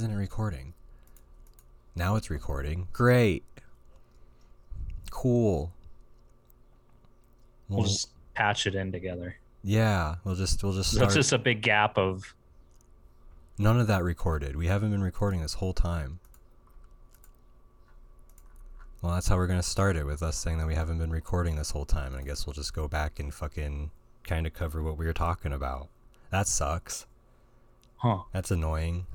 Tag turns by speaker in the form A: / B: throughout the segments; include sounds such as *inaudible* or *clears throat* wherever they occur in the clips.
A: recording. Now it's recording. Great. Cool.
B: We'll
A: Well,
B: just patch it in together. *laughs*
A: yeah, we'll just we'll just
B: So
A: start.
B: it's just a big gap of
A: None of that recorded. We haven't been recording this whole time. Well, that's how we're gonna start it with us saying that we haven't been recording this whole time, and I guess we'll just go back and fucking kind of cover what we were talking about. That sucks.
B: huh.
A: That's annoying.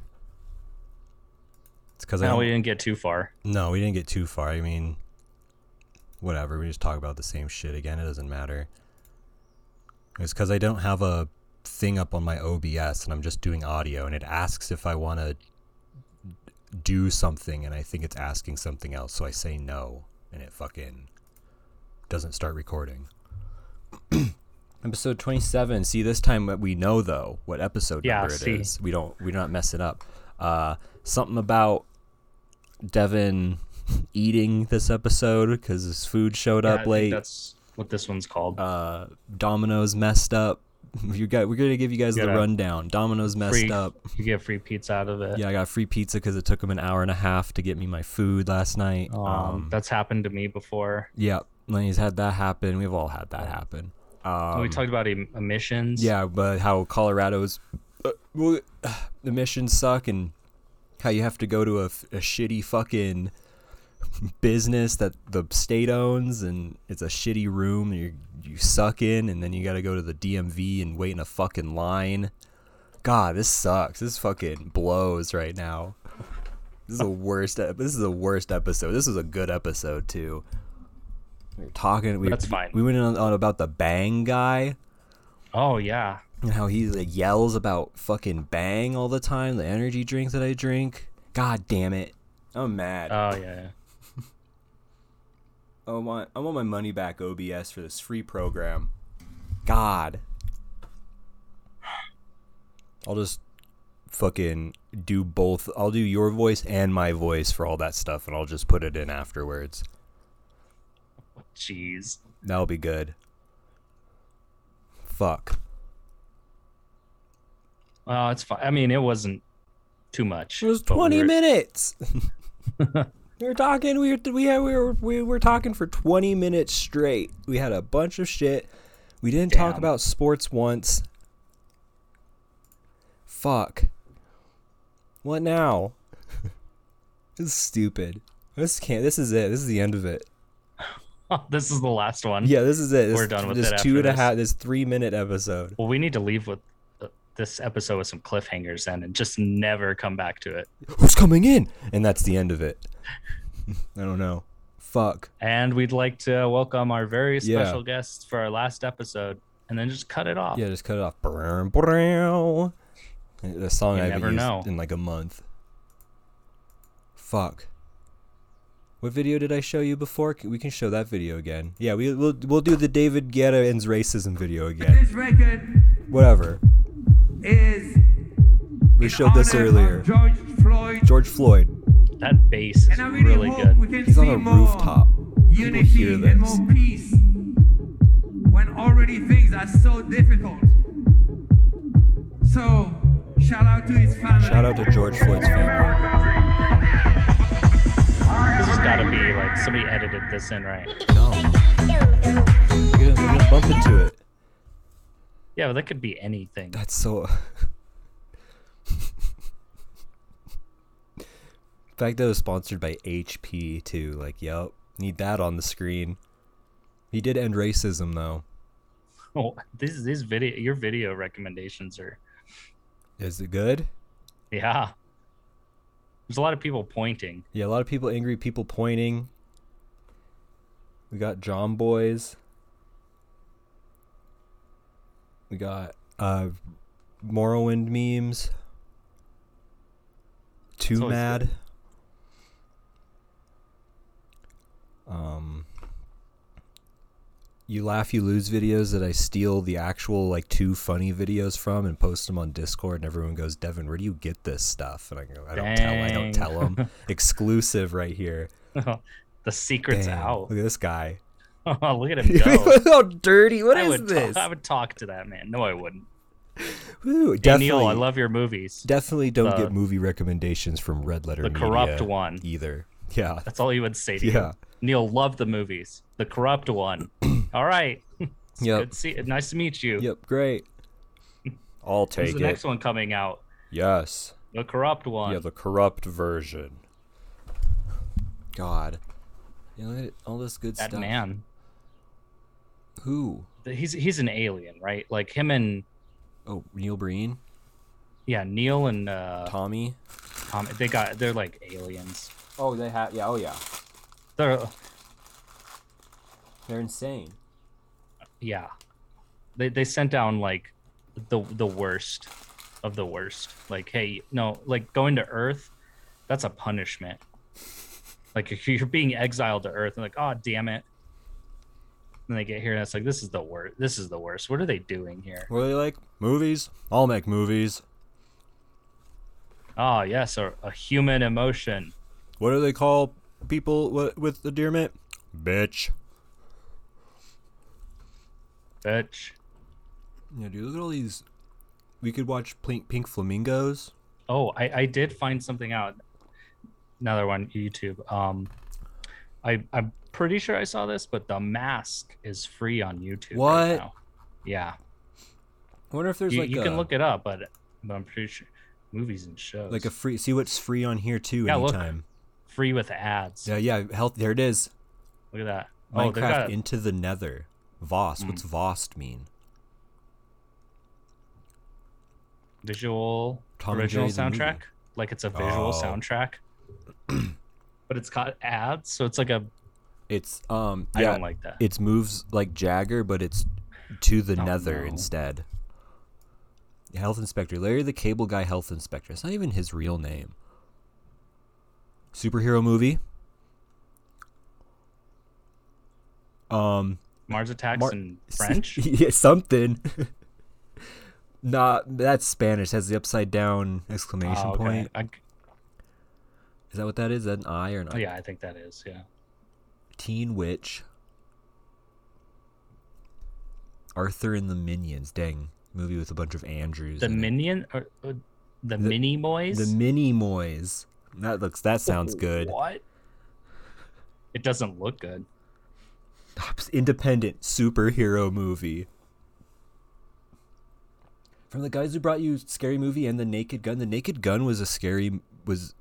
A: It's because I
B: No,
A: don't-
B: we didn't get too far.
A: No, we didn't get too far. I mean, whatever. We just talk about the same shit again. It doesn't matter. It's because I don't have a thing up on my OBS and I'm just doing audio and it asks if I want to do something and I think it's asking something else. So I say no and it fucking doesn't start recording. *clears throat* episode 27. See, this time we know though what episode
B: Yeah,
A: number it is.
B: see.
A: We don't, we don't mess it up. Uh, something about Devin eating this episode because his food showed
B: Yeah, I
A: up
B: think
A: late.
B: That's what this one's called.
A: Uh, Domino's messed up. You got. We're gonna give you guys the
B: Gotta-
A: rundown. Domino's messed
B: Free-
A: up.
B: You get free pizza out of it.
A: Yeah, I got free pizza because it took him an hour and a half to get me my food last night.
B: Um, that's happened to me before.
A: yeah, and he's had that happen. We've all had that happen. Um,
B: we talked about em- emissions.
A: Yeah, but how Colorado's uh, well, *sighs* emissions suck and how you have to go to a, f- a shitty fucking *laughs* business that the state owns and it's a shitty room you you suck in and then you got to go to the DMV and wait in a fucking line. God, this sucks. This fucking blows right now. This is the worst. ep- This is the worst episode. This was a good episode too. We were talking. We,
B: That's fine.
A: We went on, on about the bang guy
B: Oh yeah.
A: and how he like, yells about fucking bang all the time, the energy drink that I drink. God damn it. I'm mad.
B: Oh yeah. yeah.
A: I want I want my money back OBS for this free program. God. I'll just fucking do both. I'll do your voice and my voice for all that stuff and I'll just put it in afterwards.
B: Jeez.
A: That'll be good. Fuck.
B: Well, Oh, it's fine. I mean, it wasn't too much.
A: It was
B: but we
A: 20
B: were-
A: minutes. we were talking. We were we had, we were we were talking for 20 minutes straight. We had a bunch of shit. We didn't talk
B: Damn.
A: about sports once. Fuck. What now? *laughs* this is stupid. This can't. This is it. This is the end of it.
B: *laughs* this is the last one.
A: Yeah, this is it. This,
B: Hmm? We're done with
A: this
B: it after
A: two and a half.
B: this.
A: this three minute episode.
B: Well, we need to leave with uh, this episode with some cliffhangers then, and just never come back to it.
A: Who's coming in? And that's the end of it. *laughs* I don't know. Fuck.
B: And we'd like to welcome our very
A: Yeah.
B: special guests for our last episode, and then just cut it off.
A: Yeah, just cut it off. Brown, brown. The song
B: You
A: I haven't
B: never
A: used
B: know.
A: in like a month. Fuck. What video did I show you before? C- We can show that video again. Yeah, we, we'll we'll do the David Guetta ends racism video again.
C: This record
A: Whatever.
C: is.
A: We showed this earlier.
C: George Floyd.
A: George Floyd.
B: That bass is
C: and I really,
B: really
C: hope
B: good.
C: we can
A: He's on
C: see
A: a
C: more
A: rooftop. People
C: unity
A: hear
C: and
A: this.
C: more peace when already things are so difficult. So, shout out to his family.
A: Shout out to George Floyd's family.
B: This has got to be like somebody edited this in, right?
A: No. We're gonna, we're gonna bump into it.
B: Yeah, but that could be anything.
A: That's so. *laughs* fact that it was sponsored by HP too. Like, yep, need that on the screen. He did end racism though.
B: *laughs* Oh, this this video, your video recommendations are
A: Is it good?
B: yeah. There's a lot of people pointing. *laughs*
A: Yeah, a lot of people angry, people pointing. We got John Boys. We got uh Morrowind memes.
B: It's
A: Too
B: always
A: mad. Um you laugh you lose videos that I steal the actual like two funny videos from and post them on Discord and everyone goes, "Devin, where do you get this stuff?" And I go, "I don't tell, I don't
B: Dang.
A: tell
B: *laughs*
A: them." Exclusive right here.
B: the secret's
A: Damn,
B: out.
A: Look at this guy. *laughs*
B: *laughs* Look at him go.
A: Look how dirty. *laughs* What
B: I
A: is
B: would
A: this?
B: Talk, I would talk to that man. No, I wouldn't.
A: Woo,
B: Hey,
A: definitely,
B: Neil, I love your movies.
A: definitely don't
B: the-
A: get movie recommendations from Red Letter
B: the corrupt
A: Media
B: one.
A: either. *laughs* Yeah,
B: That's all he would say to
A: Yeah.
B: you. Neil loved the movies. The
A: *clears throat*
B: corrupt one. all right. *laughs* It's
A: Yep.
B: Good to see, nice to meet you.
A: yep, great. I'll
B: When's
A: take
B: the
A: it.
B: next one coming out?
A: Yes.
B: The corrupt one.
A: Yeah, the corrupt version. God. You know, it- all this good
B: that
A: stuff.
B: man.
A: Who?
B: He's he's an alien, right? Like him and
A: Oh, Neil Breen?
B: yeah, Neil and uh,
A: Tommy?
B: Tom. They got they're like aliens.
A: Oh, they have. Yeah, oh, yeah.
B: They're
A: They're insane.
B: yeah. They they sent down like the the worst of the worst. Like hey, no, like going to Earth, that's a punishment. Like if you're being exiled to Earth, and like oh damn it. And they get here and it's like this is the worst. This is the worst. What are they doing here?
A: What are they like? Movies? I'll make movies.
B: Ah yes, a, a human emotion.
A: What do they call people wi- with endearment? Bitch.
B: Bitch.
A: Yeah, dude, look at all these. We could watch Pink, Pink Flamingos.
B: Oh, I, I did find something out. Another one, YouTube. Um, I I'm pretty sure I saw this, but the mask is free on YouTube. right
A: What?
B: now. Yeah,
A: I wonder if there's
B: you,
A: like
B: you
A: a,
B: can look it up, but but I'm pretty sure movies and shows
A: like a free. See what's free on here too.
B: Yeah, look.
A: anytime.
B: free with ads.
A: Yeah, yeah. Health. There it is.
B: Look at that. oh, Mm. they
A: Minecraft
B: got
A: into the Nether. Vost. What's Vost mean?
B: visual
A: Tom and
B: original
A: Jerry the movie.
B: soundtrack. Like it's a visual
A: Oh. *clears throat*
B: soundtrack, but it's got ads, so it's like a.
A: It's um.
B: I
A: Yeah,
B: don't like that.
A: it's moves like Jagger, but it's to the
B: Oh,
A: Nether
B: no.
A: instead. Health Inspector Larry the Cable Guy. Health Inspector. It's not even his real name. Superhero movie. Um.
B: Mars attacks
A: Mar- *laughs*
B: in French.
A: yeah, something. *laughs* nah, that's Spanish. Has the upside down exclamation
B: Oh, okay.
A: point.
B: I-
A: Is that what that is? Is that an I or an
B: oh, yeah, I think that is. Yeah.
A: Teen Witch. Arthur and the Minions. Dang. Movie with a bunch of Andrews.
B: the
A: in it.
B: minion or, or the, mini boys
A: The Mini Moys. That looks that sounds good.
B: what it doesn't look good
A: Independent superhero movie. From the guys who brought you Scary Movie and The Naked Gun. The Naked Gun was a scary was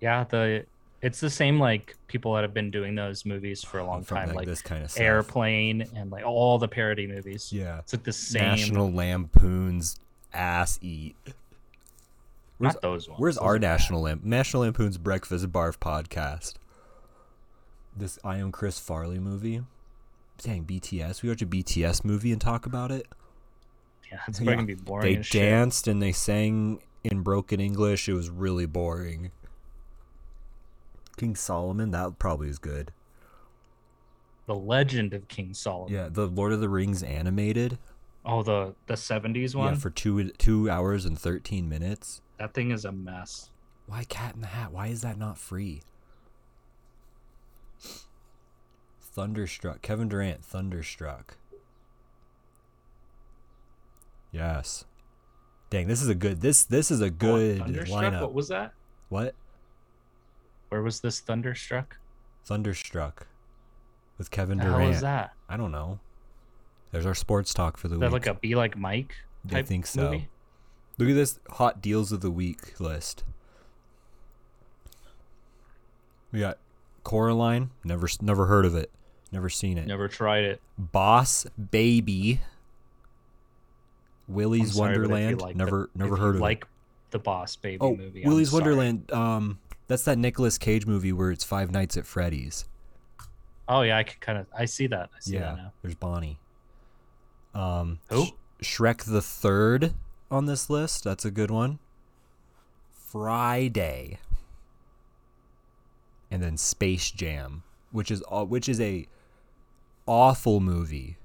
B: yeah the it's the same like people that have been doing those movies for a long
A: from
B: time
A: like,
B: like
A: this kind of stuff.
B: airplane and like all the parody movies
A: Yeah.
B: it's like the same
A: National Lampoon's ass eat.
B: not those ones
A: Where's
B: Those
A: our
B: are-
A: National Lamp National Lampoon's Breakfast Barf podcast? This I am Chris Farley movie. Dang BTS. We watch a BTS movie and talk about it.
B: yeah it's
A: Yeah.
B: probably gonna be boring
A: They
B: as shit.
A: danced and they sang in broken English. It was really boring. King Solomon, that probably is good.
B: the legend of king solomon
A: Yeah, the Lord of the Rings animated.
B: oh the the 70s
A: Yeah,
B: one
A: for two two hours and thirteen minutes.
B: that thing is a mess
A: Why Cat in the Hat? Why is that not free? Thunderstruck. Kevin Durant, Thunderstruck. Yes. Dang, this is a good this this is a
B: Oh,
A: good
B: thunderstruck
A: lineup.
B: what
A: What,
B: was that where was this thunderstruck
A: Thunderstruck with Kevin
B: How is the hell
A: Durant.
B: is that
A: I don't know. There's our sports talk for the
B: is
A: week.
B: that like a be like mike
A: I
B: type
A: think so.
B: movie?
A: Look at this hot deals of the week list. We got Coraline. Never, s- never heard of it. Never seen it.
B: never tried it
A: Boss Baby.
B: I'm
A: Willy's
B: sorry, but if you
A: Wonderland.
B: like the-
A: never, never
B: if you
A: heard of
B: like
A: it.
B: the Boss Baby
A: Oh,
B: movie. I'm
A: Willy's
B: sorry.
A: Wonderland. Um, that's that Nicolas Cage movie where it's Five Nights at Freddy's.
B: Oh yeah, I can kind of I see that. I see that
A: Yeah,
B: now.
A: there's Bonnie. Um,
B: Who?
A: Sh- Shrek the Third on this list. That's a good one. Friday, and then Space Jam, which is aw- which is a awful movie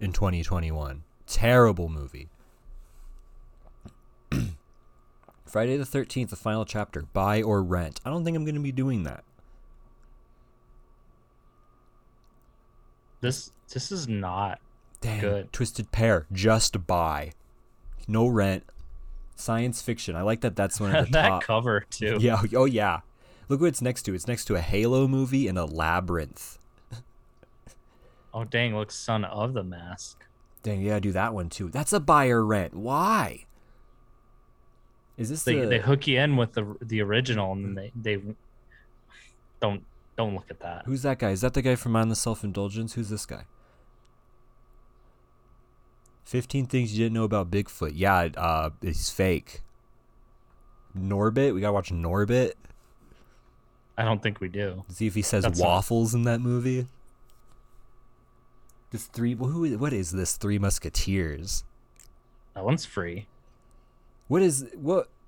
A: in 2021. Terrible movie. *clears throat* Friday the 13th, the final chapter. Buy or rent. I don't think I'm going to be doing that.
B: This this is not
A: Dang.
B: Good.
A: Twisted Pair. Just buy. no rent, science fiction. I like that. That's one at the
B: *laughs* that
A: top.
B: cover too.
A: Yeah. Oh yeah. Look what it's next to. It's next to a Halo movie and a Labyrinth.
B: Oh dang, looks Son of the Mask.
A: Dang, you gotta do that one too. That's a buyer rent. Why? Is this
B: They
A: the?
B: they hook you in with the the original and then
A: Hmm.
B: they they don't don't look at that.
A: who's that guy? Is that the guy from On the Self Indulgence? Who's this guy? Fifteen things you didn't know about Bigfoot. Yeah, it, uh, he's fake. Norbit. We gotta watch Norbit.
B: I don't think we do.
A: See if he says
B: That's not-
A: waffles in that movie. This three. Who? What is this? Three Musketeers.
B: That one's free.
A: What is what? *sighs*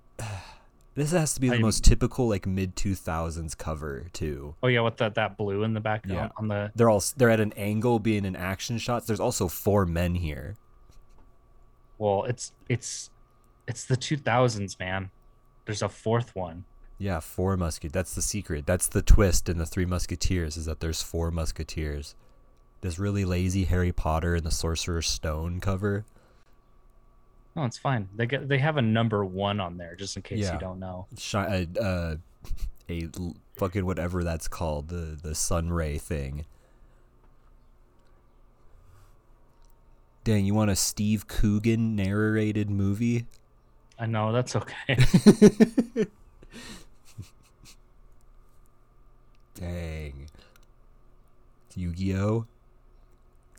A: This has to be the
B: I'm-
A: most typical like mid two thousands cover too.
B: Oh yeah, with that that blue in the background
A: Yeah.
B: on the
A: They're all s- they're at an angle, being in action shots. There's also four men here.
B: well, it's it's it's the two thousands, man. There's a fourth one.
A: Yeah, four musket. That's the secret. That's the twist in the Three Musketeers is that there's four musketeers. This really lazy Harry Potter and the Sorcerer's Stone cover.
B: No, it's fine. They get they have a number one on there just in case
A: Yeah.
B: you don't know.
A: shi- uh, uh, a l- fucking whatever that's called the the sun ray thing. Dang, you want a Steve Coogan narrated movie?
B: I know that's okay.
A: Dang. Yu Gi Oh!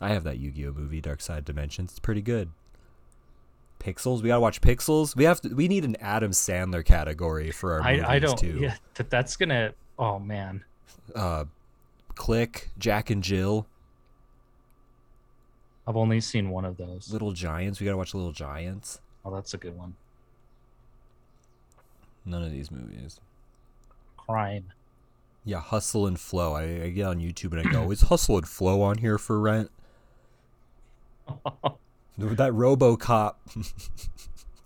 A: I have that Yu Gi Oh movie, Dark Side Dimensions. It's pretty good. Pixels. We gotta watch Pixels. We have to. We need an Adam Sandler category for our movies
B: *laughs* I, I don't.
A: too.
B: Yeah, that, that's gonna. Oh man,
A: Uh, Click, Jack and Jill.
B: I've only seen one of those.
A: Little Giants. We gotta watch Little Giants.
B: Oh, that's a good one.
A: None of these movies.
B: Crime. *laughs*
A: Yeah, Hustle and Flow. I, I get on YouTube and I go, is Hustle and Flow on here for rent? That RoboCop. *laughs*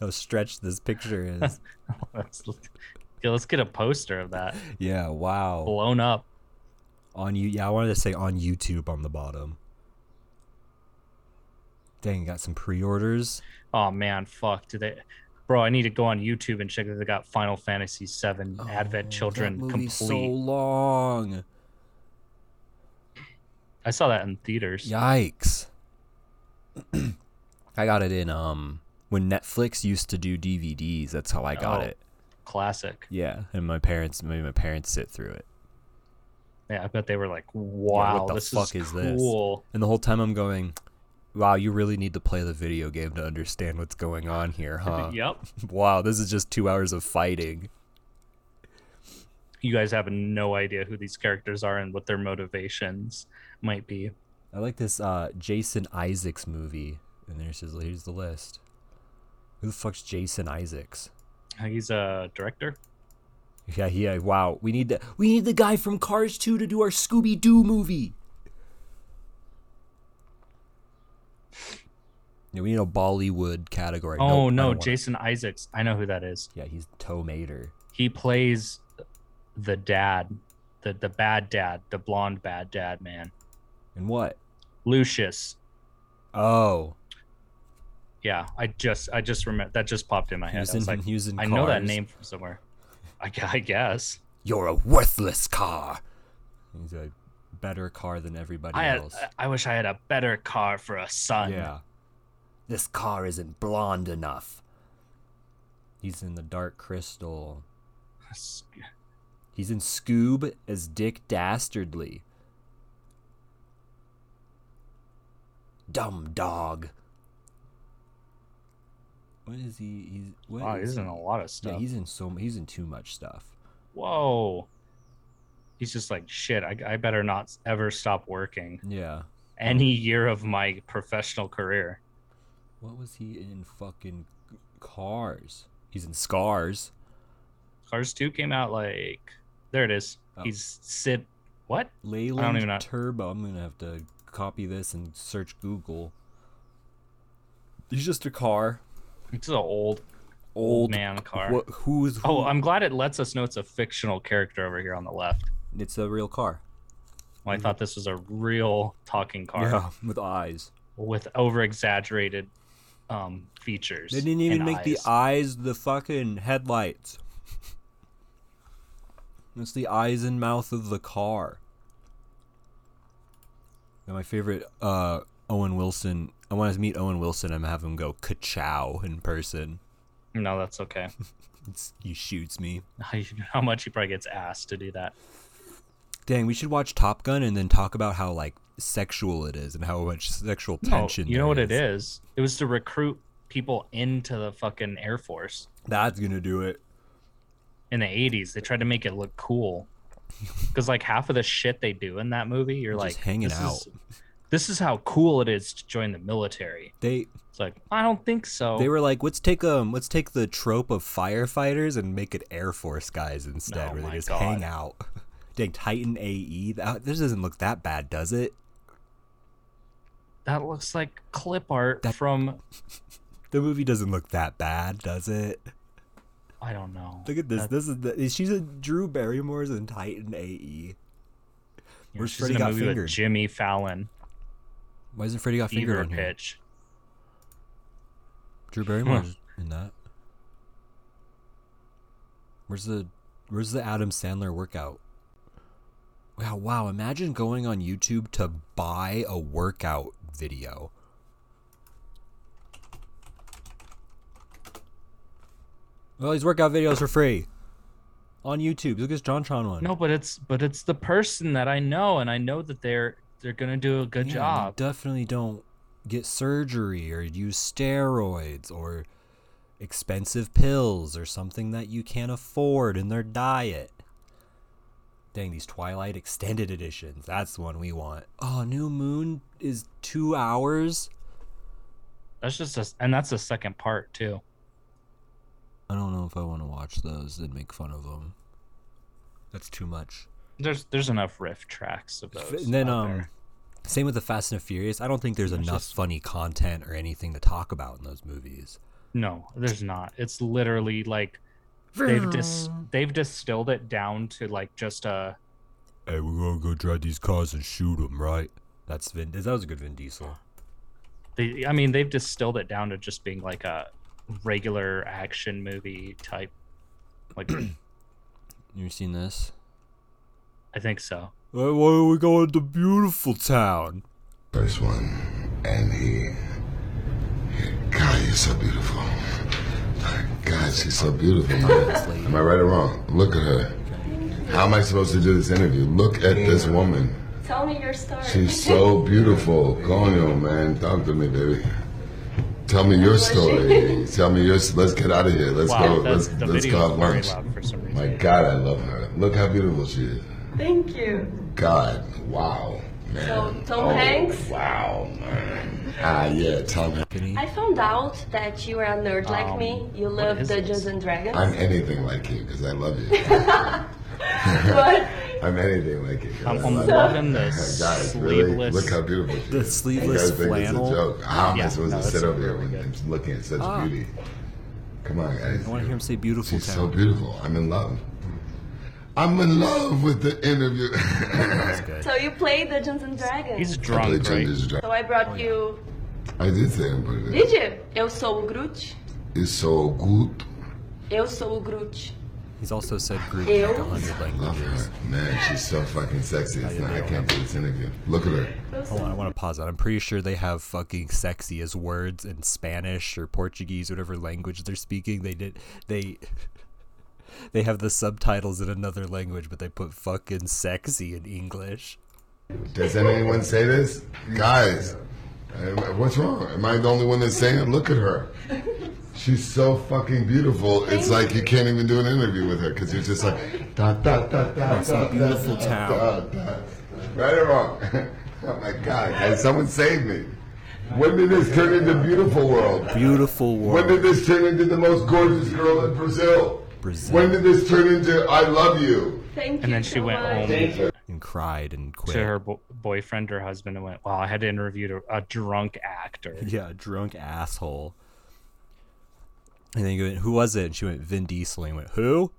A: How stretched this picture
B: *laughs*
A: is.
B: Let's yeah, let's get a poster of that
A: yeah, wow.
B: blown up.
A: On you. Yeah, I wanted to say on YouTube on the bottom. Dang, got some pre-orders.
B: Oh man, fuck. Do they, bro? I need to go on YouTube and check that they got Final Fantasy VII Advent Children complete.
A: Oh, so long.
B: I saw that in theaters.
A: Yikes. *clears throat* I got it in um when Netflix used to do DVDs, that's how I got
B: Oh.
A: it.
B: Classic.
A: Yeah. And my parents made my parents sit through it.
B: Yeah, I bet they were like, "Wow,
A: the
B: this
A: fuck
B: is,
A: is this?"
B: cool."
A: And the whole time I'm going, Wow, you really need to play the video game to understand what's going on
B: *laughs*
A: here, huh?
B: Yep.
A: Wow, this is just two hours of fighting.
B: You guys have no idea who these characters are and what their motivations might be.
A: I like this uh, Jason Isaacs movie. And there's his here's the list. Who the fuck's Jason Isaacs? *laughs*
B: He's a director.
A: Yeah, yeah. Wow, we need the we need the guy from Cars 2 to do our Scooby Doo movie. Yeah, we need a Bollywood category.
B: Oh
A: Nope, I
B: no,
A: don't wanna-
B: Jason Isaacs. I know who that is.
A: Yeah, he's Tomater.
B: He plays the dad, the the bad dad, the blonde bad dad man,
A: And what?
B: Lucius.
A: Oh,
B: Yeah, I just I just remember that just popped in my
A: he
B: head.
A: was
B: I was
A: in,
B: like,
A: he was in
B: I know that
A: Cars.
B: name from somewhere. I, gu- I guess.
A: You're a worthless car. He's a better car than everybody
B: I had,
A: else.
B: I wish I had a better car for a son.
A: yeah. This car isn't blonde enough. He's in the Dark Crystal.
B: S-
A: He's in Scoob as Dick Dastardly. Dumb dog. What is he? He's what
B: Wow,
A: is
B: he's in
A: he?
B: a lot of
A: Yeah,
B: stuff.
A: he's in so he's in too much stuff.
B: Whoa. He's just like shit. I, I better not ever stop working
A: Yeah.
B: any year of my professional career.
A: What was he in? Fucking cars. He's in Scars.
B: Cars 2 came out like there it is.
A: Oh.
B: He's Sid what?
A: Leyland
B: even know-
A: Turbo. I'm gonna have to copy this and search Google. He's just a car.
B: It's an old
A: Old
B: man car.
A: What, who's
B: Oh, I'm glad it lets us know it's a fictional character over here on the left.
A: It's a real car.
B: Well,
A: Mm-hmm.
B: I thought this was a real talking car
A: Yeah, *laughs* with eyes.
B: with over exaggerated um, features.
A: They didn't even
B: and
A: make the
B: eyes.
A: eyes the fucking headlights. It's the eyes and mouth of the car. Now my favorite uh, Owen Wilson. I want to meet Owen Wilson and have him go ka-chow in person.
B: No, that's okay. *laughs*
A: It's, he shoots me.
B: How much he probably gets asked to do that.
A: Dang, we should watch Top Gun and then talk about how like sexual it is and how much sexual
B: No,
A: tension.
B: Oh, you know
A: there
B: what it is? It was to recruit people into the fucking Air Force
A: That's gonna do it.
B: in the 80s. They tried to make it look cool. Because, like, half of the shit they do in that movie, you're
A: Just
B: like,
A: hanging
B: this
A: out.
B: Is, this is how cool it is to join the military.
A: They
B: It's like, I don't think so.
A: They were like, let's take um, let's take the trope of firefighters and make it Air Force guys instead,
B: Oh
A: where
B: my
A: they just
B: God.
A: hang out. *laughs* Dang, Titan AE. E. That, this doesn't look that bad, does it?
B: that looks like clip art
A: That-
B: from,
A: The movie doesn't look that bad, does it?
B: I don't know.
A: Look at this.
B: That-
A: this is the she's a Drew Barrymore's in Titan E. AE.
B: you know,
A: where's
B: she's
A: Freddy
B: in a
A: Got
B: movie
A: Fingered?
B: with Jimmy Fallon,
A: Why isn't Freddy got fingered
B: Fever
A: on here?
B: Pitch.
A: Drew Barrymore's in that. Where's the Where's the Adam Sandler workout? Wow, wow! Imagine going on YouTube to buy a workout video. Well, these workout videos for free on YouTube. Look at this John Tron one.
B: No, but it's but it's the person that I know, and I know that they're they're gonna do a good
A: Yeah, you
B: job.
A: Definitely don't get surgery or use steroids or expensive pills or something that you can't afford in their diet. Dang, these Twilight Extended Editions. That's the one we want. Oh, New Moon is two hours?
B: That's just a, and that's the second part too.
A: I don't know if I want to watch those and make fun of them. That's too much.
B: There's there's enough riff tracks of those.
A: And then,
B: out
A: um,
B: there.
A: same with the Fast and the Furious. I don't think there's
B: It's
A: enough
B: just-
A: funny content or anything to talk about in those movies.
B: no, there's not. It's literally like they've dis they've distilled it down to like just a
A: Hey, we're gonna go drive these cars and shoot them, right? That's Vin. That was a good Vin Diesel.
B: they. I mean, they've distilled it down to just being like a regular action movie type.
A: *clears throat*
B: Like
A: You seen this?
B: I think so.
A: Hey, why are we going to beautiful town?
D: First one, and he. God, he's so beautiful. God, she's so beautiful, man. Am I right or wrong? Look at her. How am I supposed to do this interview? Look at this woman.
E: Tell me your story. *laughs*
D: She's so beautiful. Go on, yo, man. Talk to me, baby. Tell me your story. Tell me your. Let's get out of here. Let's
B: Wow,
D: go.
B: that's,
D: Let's
B: the
D: let's
B: video
D: go
B: is
D: have
B: very
D: lunch.
B: loud for some reason.
D: My God, I love her. Look how beautiful she is.
E: Thank you.
D: God, wow, man.
E: So,
D: Oh.
E: Tom Hanks?
D: Wow, man. Ah, yeah, Tom Hanks.
E: I found out that you are a nerd like
B: Um,
E: me. You
B: what
E: love
B: is
E: Dungeons
B: this?
E: and Dragons.
D: I'm anything like you because I love you.
E: but
D: I'm anything like you. 'cause
B: I'm,
D: I
B: I'm
D: love
B: loving the
D: you. Guys,
B: *laughs*
D: really?
B: sleeveless.
D: Look how beautiful she
A: The
D: is. You
A: sleeveless
D: guys think it's a
A: flannel.
D: joke? How am
B: Yeah,
D: I supposed
B: no,
D: to
B: it's
D: sit over here
B: really
D: when
B: good.
D: I'm looking at such
A: Ah.
D: beauty? Come on, guys.
A: I want to hear him say beautiful
D: She's so
A: town.
D: beautiful. I'm in love. I'm in love with the interview. *laughs*
E: *laughs* so you play Dungeons and Dragons.
B: He's Oh,
D: Play
B: drunk, right?
D: Dungeons and
E: So
D: Dragons.
E: I brought you.
D: I did say I'm pretty
E: Did you? Eu sou o Groot.
D: It's so good.
E: Eu sou o Groot.
A: He's also said Groot in
E: Ew.
A: like a hundred
D: Love
A: languages.
D: her. Man, she's so fucking sexy. It's not, I can't do this interview. Look at her.
E: Eu sou-
A: Hold on, I want to pause that. I'm pretty sure they have fucking sexy as words in Spanish or Portuguese, whatever language they're speaking. They did they. *laughs* They have the subtitles in another language, but they put fucking sexy in English.
D: Does anyone say this? Guys, am- what's wrong? Am I the only one that's saying it? Look at her. She's so fucking beautiful. It's like you can't even do an interview with her because you're just like, da, da, da, da,
A: It's a
D: da, da,
A: beautiful
D: da,
A: town.
D: da, da. Right or wrong? *laughs* oh my God, guys, someone save me. When did this turn into beautiful world?
A: Beautiful
D: When
A: world.
D: did this turn into the most gorgeous girl in Brazil?
A: Brazil.
D: When did this turn into I love you?
E: Thank you.
B: And then she
E: so
B: went
E: much.
B: home
A: And cried and quit.
B: to her bo- boyfriend or husband and went, "Wow, I had to interview a, a drunk actor."
A: Yeah, drunk asshole. And then you went, who was it? And she went, Vin Diesel. And he went, who?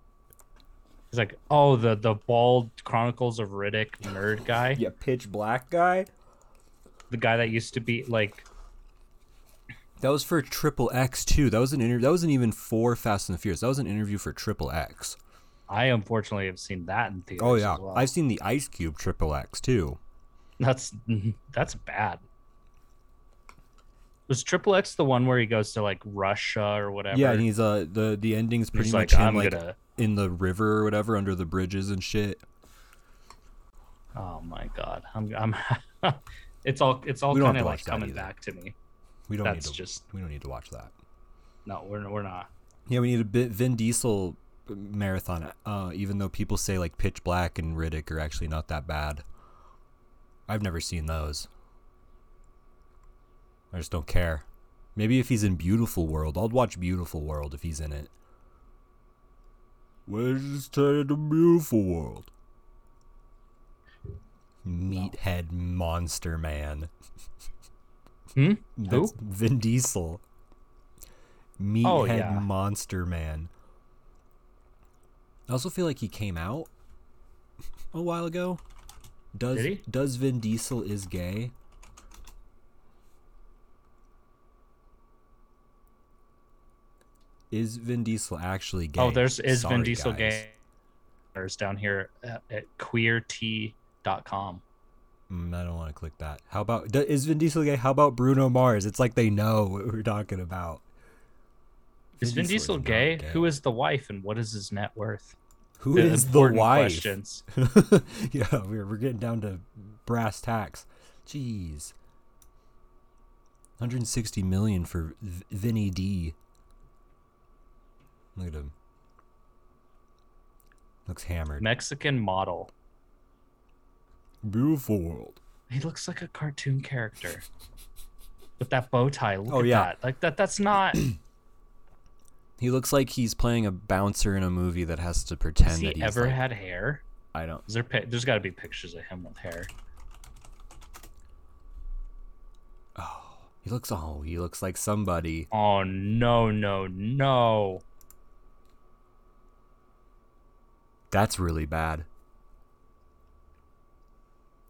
B: He's like, "Oh, the the bald Chronicles of Riddick nerd guy,
A: Yeah, pitch black guy.
B: the guy that used to be like
A: That was for Triple X too. That was an interview. That wasn't even for Fast and the Furious. That was an interview for Triple X.
B: I unfortunately have seen that in theaters.
A: Oh yeah,
B: as well.
A: I've seen the Ice Cube Triple X too.
B: that's *laughs* that's bad. Was Triple X the one where he goes to like Russia or whatever?
A: Yeah, and he's uh the the ending's pretty
B: He's
A: much
B: like,
A: him
B: "I'm
A: like
B: gonna-"
A: in the river or whatever under the bridges and shit.
B: oh my god, I'm I'm. *laughs* it's all it's all
A: We don't have
B: kind of
A: to
B: like
A: watch that
B: coming
A: either.
B: back to me.
A: We don't
B: That's
A: need to
B: just-
A: we don't need to watch that.
B: No, we're we're not.
A: Yeah, we need a bit Vin Diesel marathon. Uh, even though people say like Pitch Black and Riddick are actually not that bad, I've never seen those. I just don't care. Maybe if he's in Beautiful World, I'll watch Beautiful World if he's in it. Where's this the Beautiful World? Meathead Monster Man.
B: Hmm?
A: *laughs* That's Vin Diesel. Meathead
B: Oh, yeah.
A: Monster Man. I also feel like he came out a while ago. Does
B: Did he?
A: does Vin Diesel is gay? Is Vin Diesel actually gay?
B: Oh, there's is
A: Sorry,
B: Vin Diesel
A: guys.
B: gay? There's down here at, at queert.com.
A: Mm, I don't want to click that. How about d- is Vin Diesel gay? How about Bruno Mars? It's like they know what we're talking about.
B: Is Vin Diesel,
A: not
B: gay? Who is the wife and what is his net worth?
A: who
B: The
A: is the
B: important
A: wife?
B: Questions.
A: *laughs* yeah, we're, we're getting down to brass tacks. Jeez. 160 million for V- Vinny D. Look at him. Looks hammered.
B: Mexican model.
A: Beautiful world.
B: He looks like a cartoon character. With that bow tie. Look
A: Oh,
B: at
A: yeah.
B: that. Like that
A: *clears throat*
B: that's not is
A: He looks like he's playing a bouncer in a movie that has to pretend
B: he
A: that he's
B: ever
A: like-
B: had hair?
A: I don't.
B: Is there pi- there's got to be pictures of him with hair.
A: He looks. Oh, he looks like somebody.
B: Oh no, no, no.
A: That's really bad.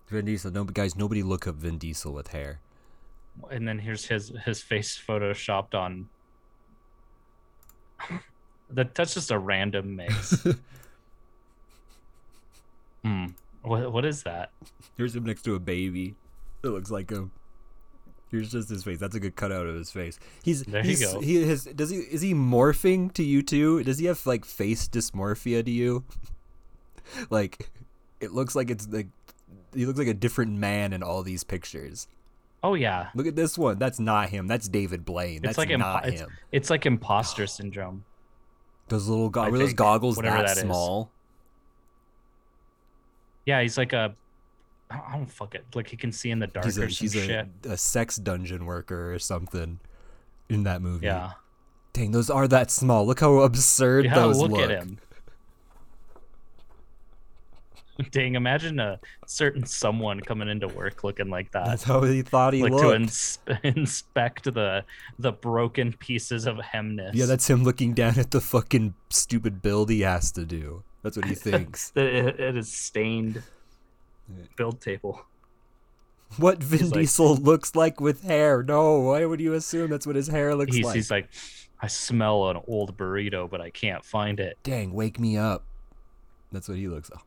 A: Vin Diesel. No, guys, nobody look up Vin Diesel with hair.
B: and then here's his his face photoshopped on *laughs* that that's just a random mix hmm what, what is that
A: Here's him next to a baby. It looks like him. Here's just his face. That's a good cutout of his face. He's
B: There you
A: he's,
B: go.
A: He has does he is he morphing to you too? Does he have like face dysmorphia to you? *laughs* like it looks like it's like he looks like a different man in all these pictures.
B: oh yeah
A: Look at this one. That's not him. That's David Blaine.
B: it's
A: That's
B: like impo-
A: not
B: it's,
A: him.
B: it's like imposter syndrome
A: Those little
B: I
A: goggles. Were those
B: think,
A: goggles
B: whatever
A: that,
B: that is.
A: small?
B: yeah he's like a i don't- I don't fuck it like he can see in the dark
A: He's, a,
B: or some
A: he's
B: shit
A: a, a sex dungeon worker or something in that movie.
B: yeah
A: Dang, those are that small. Look how absurd
B: yeah
A: those
B: look,
A: look.
B: at him *laughs* dang imagine a certain someone coming into work looking like that
A: That's how he thought he
B: like to
A: looked.
B: ins- *laughs* inspect the the broken pieces of hemness.
A: yeah, that's him looking down at the fucking stupid build he has to do. That's
B: *laughs*
A: what he thinks.
B: That it, it is stained build table.
A: what Vin
B: He's like-
A: Diesel looks like with hair? No, why would you assume that's what his hair looks
B: He's
A: like?
B: he's like, I smell an old burrito, but I can't find it.
A: Dang, wake me up. That's what he looks like.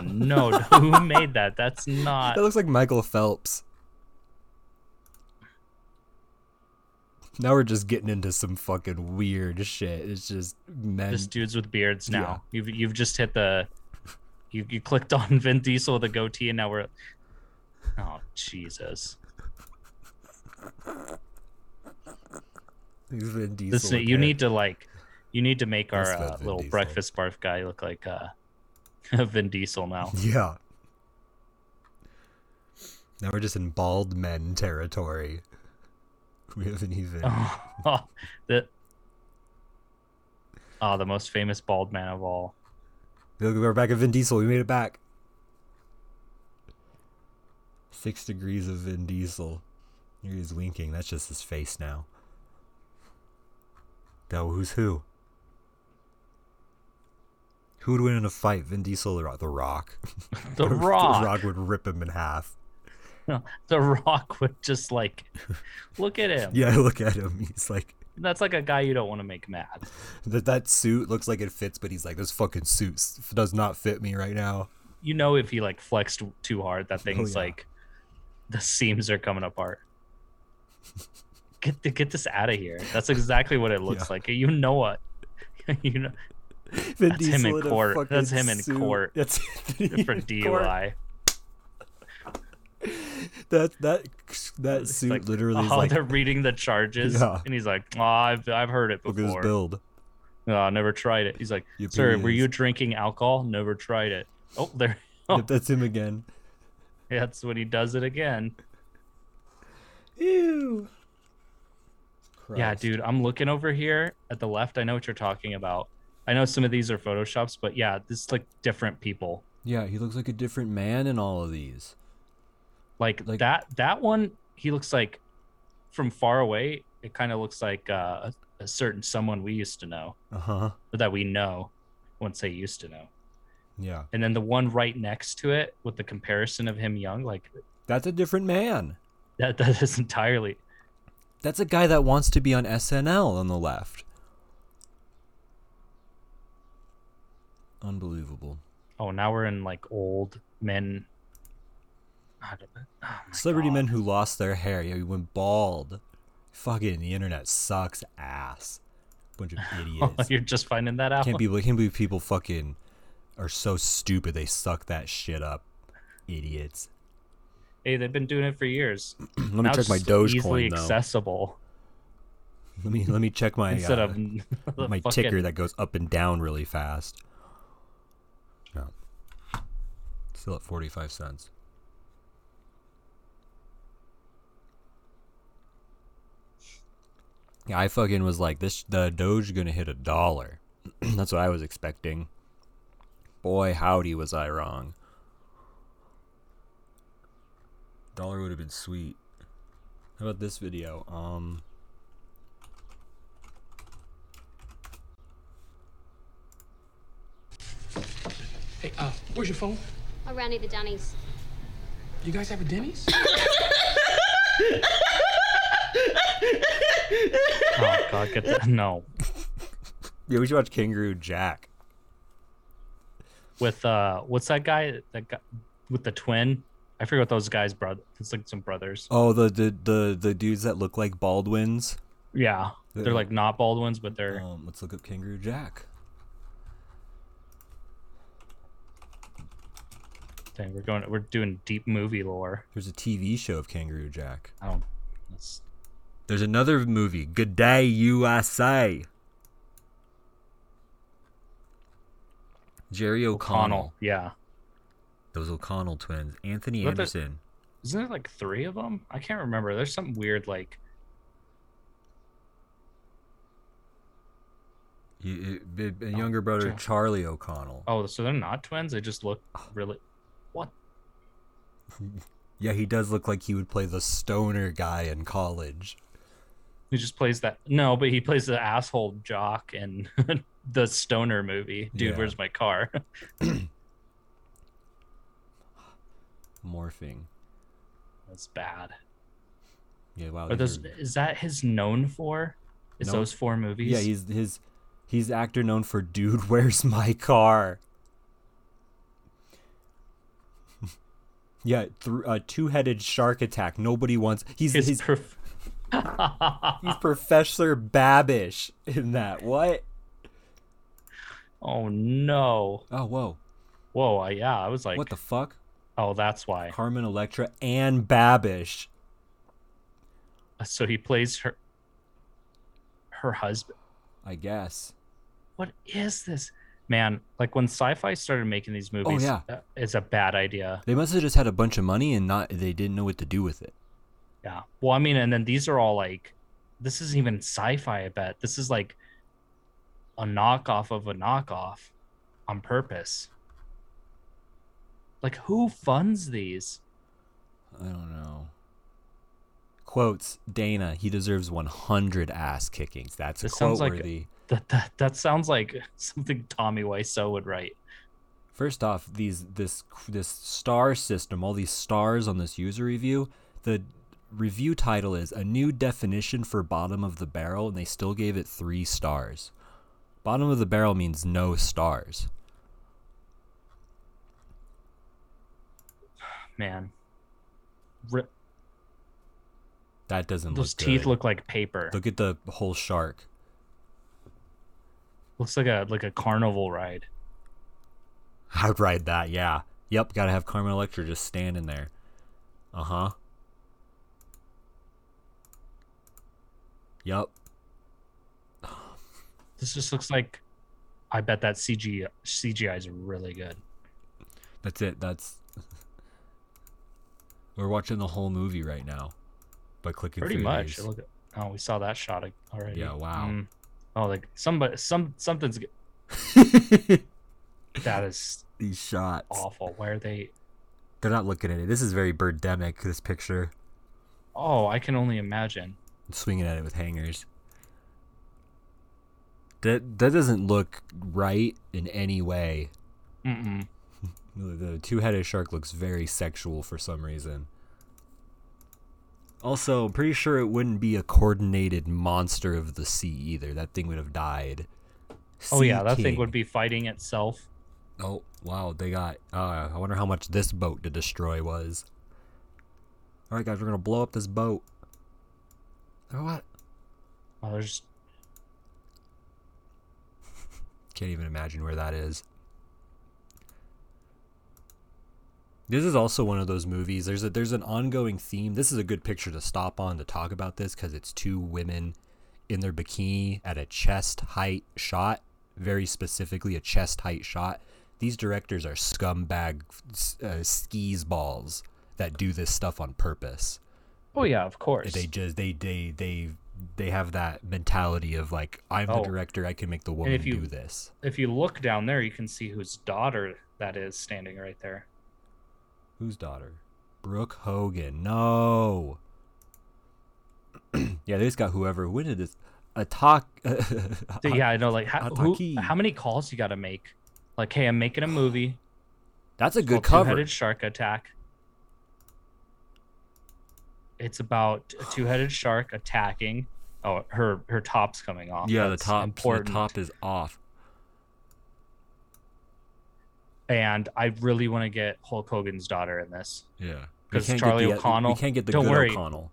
A: *laughs*
B: no, who made that? That's not.
A: That looks like Michael Phelps. Now we're just getting into some fucking weird shit. It's just men.
B: Just dudes with beards now.
A: Yeah.
B: You've you've just hit the. You, you clicked on *laughs* Vin Diesel with a goatee, and now we're. Oh Jesus!
A: He's Vin Diesel
B: This
A: with
B: you
A: hair.
B: need to like, you need to make our
A: That's about
B: uh,
A: Vin
B: little
A: Diesel.
B: breakfast barf guy look like uh, *laughs* Vin
A: *laughs*
B: Diesel now.
A: Yeah. Now we're just in bald men territory. *laughs* We haven't even.
B: Oh, the oh, the most famous bald man of all.
A: Look, We're back at Vin Diesel. We made it back. Six degrees of Vin Diesel. Here He's winking. That's just his face now. Now who's who? Who would win in a fight, Vin Diesel or *laughs* The Rock?
B: The Rock.
A: the Rock would rip him in half.
B: know, *laughs* The Rock would just like, look
A: *laughs*
B: at him.
A: Yeah, look at him. He's like,
B: That's like a guy you don't want to make mad.
A: that, that suit looks like it fits, but he's like, this fucking suit s- does not fit me right now.
B: You know, if he like flexed too hard,
A: *laughs*
B: that thing's
A: Oh, yeah.
B: like, the seams are coming apart. Get the, get this out of here. That's exactly what it looks
A: Yeah.
B: like. You know what? *laughs*
A: *laughs*
B: you know
A: Vin
B: That's him in
A: a
B: court.
A: fucking
B: That's him in
A: suit.
B: court.
A: *laughs* That's
B: for
A: for
B: DUI.
A: That that that
B: It's
A: suit
B: like,
A: literally is
B: oh,
A: like
B: they're reading the charges,
A: Yeah.
B: and he's like, oh, I've I've heard it
A: look at his
B: before.
A: build.
B: No, I never tried it. He's like,
A: Your
B: Sir, were
A: opinions.
B: you drinking alcohol? Never tried it. Oh, there. *laughs* *laughs* Oh,
A: Yep, that's him again.
B: that's when he does it again.
A: Ew.
B: Yeah,
A: Christ.
B: dude, I'm looking over here at the left. I know what you're talking about. I know some of these are photoshops, but yeah, this is like different people.
A: Yeah, he looks like a different man in all of these.
B: Like,
A: Like-
B: that that one, he looks like from far away, it kind of looks like uh, a, a certain someone we used to know,
A: Uh huh.
B: or that we know. I wouldn't say used to know.
A: Yeah,
B: And then the one right next to it with the comparison of him young, like
A: that's a different man.
B: that *laughs* that is entirely
A: That's a guy that wants to be on SNL on the left. Unbelievable.
B: Oh, now we're in like old men. *laughs* I don't know. Oh my
A: Celebrity
B: God.
A: men who lost their hair. Yeah, he went bald. Fucking the internet sucks ass. Bunch
B: *laughs*
A: of
B: Oh,
A: idiots.
B: You're just finding that out.
A: can't be can't believe people fucking are so stupid they suck that shit up. Idiots. *clears throat*
B: Hey, they've been doing it for years.
A: let me check my
B: Easily
A: Dogecoin though.
B: accessible
A: Let me let me check my
B: *laughs* instead
A: uh, *laughs*
B: of the
A: my
B: fucking-
A: ticker that goes up and down really fast. No. Still at 45 cents. Yeah, I fucking was like, this the Doge gonna hit a dollar. *clears throat* That's what I was expecting. Boy, howdy was I wrong. Dollar would have been sweet. How about this video? Um,
F: Hey, uh, where's your phone?
G: I ran near the Danny's.
F: You guys have a Denny's?
B: Oh God, get that. no
A: yeah, we should watch Kangaroo Jack.
B: with uh, what's that guy that guy with the twin? I forget what those guys brother. It's like some brothers.
A: Oh, the the the, the dudes that look like Baldwins.
B: Yeah,
A: Yeah.
B: they're like not bald ones, but they're
A: Um, let's look up Kangaroo Jack.
B: dang, we're going we're doing deep movie lore.
A: There's a TV show of Kangaroo Jack.
B: I don't. That's,
A: There's another movie, Good Day USA. Jerry O'Connell.
B: Connell. Yeah.
A: Those O'Connell twins. Anthony
B: What the-
A: Anderson.
B: Isn't there like three of them? I can't remember. There's some weird like
A: You- you- a younger brother,
B: Jack.
A: Charlie O'Connell.
B: oh, so they're not twins. They just look
A: Oh.
B: really. What?
A: Yeah, he does look like he would play the stoner guy in college.
B: He just plays that. No, but he plays the asshole jock in *laughs* the stoner movie. Dude,
A: Yeah.
B: where's my car? *laughs*
A: Morphing.
B: That's bad.
A: Yeah, wow.
B: Are
A: these
B: those?
A: are-
B: Is that his known for? Is
A: No.
B: those four movies?
A: Yeah, he's his he's actor known for Dude, Where's My Car? yeah, th- uh, two-headed shark attack. Nobody wants. He's
B: his.
A: he's,
B: *laughs*
A: he's,
B: perf-
A: Professor Babish in that. What?
B: oh no!
A: Oh, whoa!
B: Whoa! I, yeah, I was like,
A: what the fuck?
B: oh, that's why.
A: Carmen Electra and Babish.
B: So he plays her. Her husband.
A: I guess.
B: what is this man like when sci-fi started making these movies
A: Oh, yeah.
B: uh, it's a bad idea
A: They must have just had a bunch of money and not they didn't know what to do with it.
B: yeah well i mean and then these are all like this isn't even sci-fi i bet this is like a knockoff of a knockoff on purpose like who funds these
A: I don't know. Quotes Dana, he deserves 100 ass kickings. That's
B: This sounds
A: quote
B: like-
A: worthy.
B: *laughs* that, that that sounds like something tommy wiseau would write
A: First off, these this this star system, all these stars on this user review, the review title is a new definition for bottom of the barrel and they still gave it 3 stars. Bottom of the barrel means no stars.
B: man. Rip.
A: That doesn't
B: Those
A: look
B: teeth
A: good.
B: look like paper.
A: Look at the whole shark. *laughs*
B: Looks like a like a carnival ride.
A: I'd ride that, yeah. Yep, gotta have Carmen Electra just standing there. Uh huh. Yep.
B: This just looks like. I bet that CG CGI is really good.
A: That's it. That's. *laughs* We're watching the whole movie right now, by clicking
B: Pretty
A: through
B: much.
A: these.
B: Look at- oh, we saw that shot already.
A: Yeah, wow.
B: Mm. Oh, like somebody, some something's. g- That is
A: *laughs* these shots.
B: awful. Where are they?
A: They're not looking at it. This is very birdemic. This picture,
B: Oh, I can only imagine.
A: swinging at it with hangers. That that doesn't look right in any way.
B: Mm-mm.
A: The two-headed shark looks very sexual for some reason. Also, I'm pretty sure it wouldn't be a coordinated monster of the sea either. That thing would have died.
B: Oh
A: Sea
B: yeah, that thing
A: King.
B: would be fighting itself.
A: Oh wow, they got. Uh, I wonder how much this boat to destroy was. All right, guys, we're gonna blow up this boat. Oh, what?
B: Oh, there's
A: Can't even imagine where that is. This is also one of those movies. There's a there's an ongoing theme. This is a good picture to stop on to talk about this because it's two women in their bikini at a chest height shot, very specifically a chest height shot. These directors are scumbag uh, skis balls that do this stuff on purpose
B: Oh yeah, of course.
A: they just they they they they have that mentality of like i'm
B: Oh.
A: the director i can make the woman
B: if you-
A: do this
B: if you look down there, you can see whose daughter that is standing right there.
A: whose daughter brooke hogan no *clears throat* yeah they just got whoever when did this attack *laughs*
B: So, yeah, I know. Like, how, who,
A: Ataki.
B: how many calls you got to make? Like, hey, I'm making a movie.
A: that's a
B: It's
A: good
B: called
A: cover
B: Two-headed shark attack. It's about a two-headed shark attacking. Oh, her her top's coming off.
A: yeah the
B: That's
A: top
B: important.
A: the top is off
B: And I really want to get Hulk Hogan's daughter in this.
A: yeah We
B: 'Cause
A: can't get
B: Charlie
A: the-
B: O'Connell-
A: we can't get the
B: don't
A: good
B: worry.
A: o'connell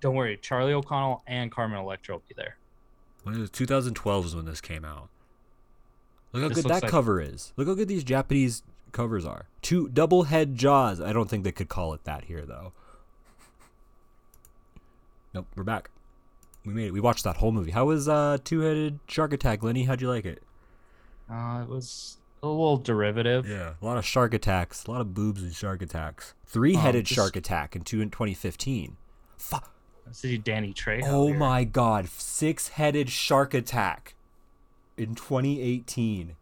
B: Don't worry, Charlie O'Connell and Carmen Electra will be there.
A: when it was 2012 is when this came out look how
B: This
A: good
B: looks
A: that
B: like-
A: cover is look how good these japanese covers are two double head jaws i don't think they could call it that here though nope we're back we made it we watched that whole movie how was uh two-headed shark attack lenny how'd you like it
B: Uh, it was a little derivative.
A: yeah a lot of shark attacks a lot of boobs and shark attacks three-headed
B: Um, just-
A: shark attack in, two, in 2015 Fu
B: I see Danny Trejo.
A: Oh
B: here.
A: my god, six headed shark attack in 2018.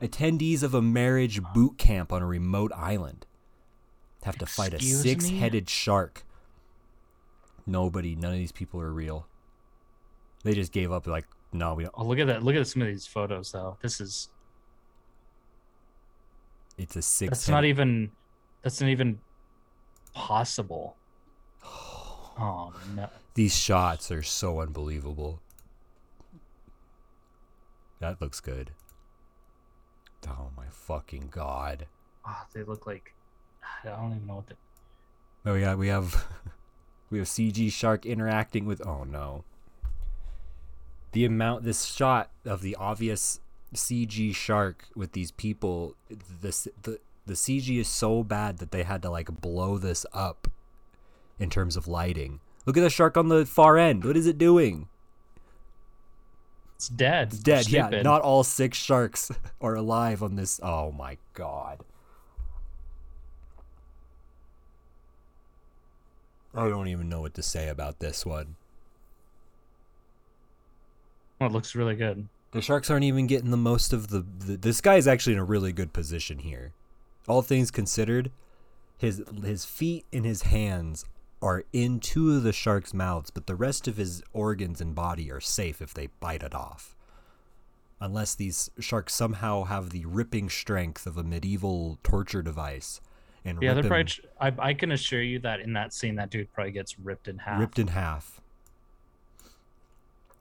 A: Attendees of a marriage boot camp on a remote island have to fight a
B: Excuse me?
A: six headed shark. Nobody, none of these people are real. They just gave up, like, no, we don't.
B: Oh, look at that! Look at some of these photos, though. This is
A: It's a six
B: that's not even that's not even
A: *sighs*
B: possible. Oh no!
A: These shots are so unbelievable. That looks good. Oh my fucking god.
B: Oh, they look like *sighs* I don't even know what. The,
A: Oh yeah, we have *laughs* we have CG shark interacting with oh no. The amount this shot of the obvious CG shark with these people this the the CG is so bad that they had to like blow this up in terms of lighting. Look at the shark on the far end. What is it doing?
B: it's dead.
A: It's dead. Yeah,
B: Stupid.
A: not all six sharks *laughs* are alive on this. Oh my god. I don't even know what to say about this one.
B: Well, Oh, it looks really good.
A: The sharks aren't even getting the most of the, the. This guy is actually in a really good position here. All things considered, his his feet and his hands are in two of the shark's mouths, but the rest of his organs and body are safe if they bite it off. unless these sharks somehow have the ripping strength of a medieval torture device and
B: Yeah,
A: rip
B: they're
A: him-
B: probably. tr- I, I can assure you that in that scene, that dude probably gets ripped in half.
A: ripped in half.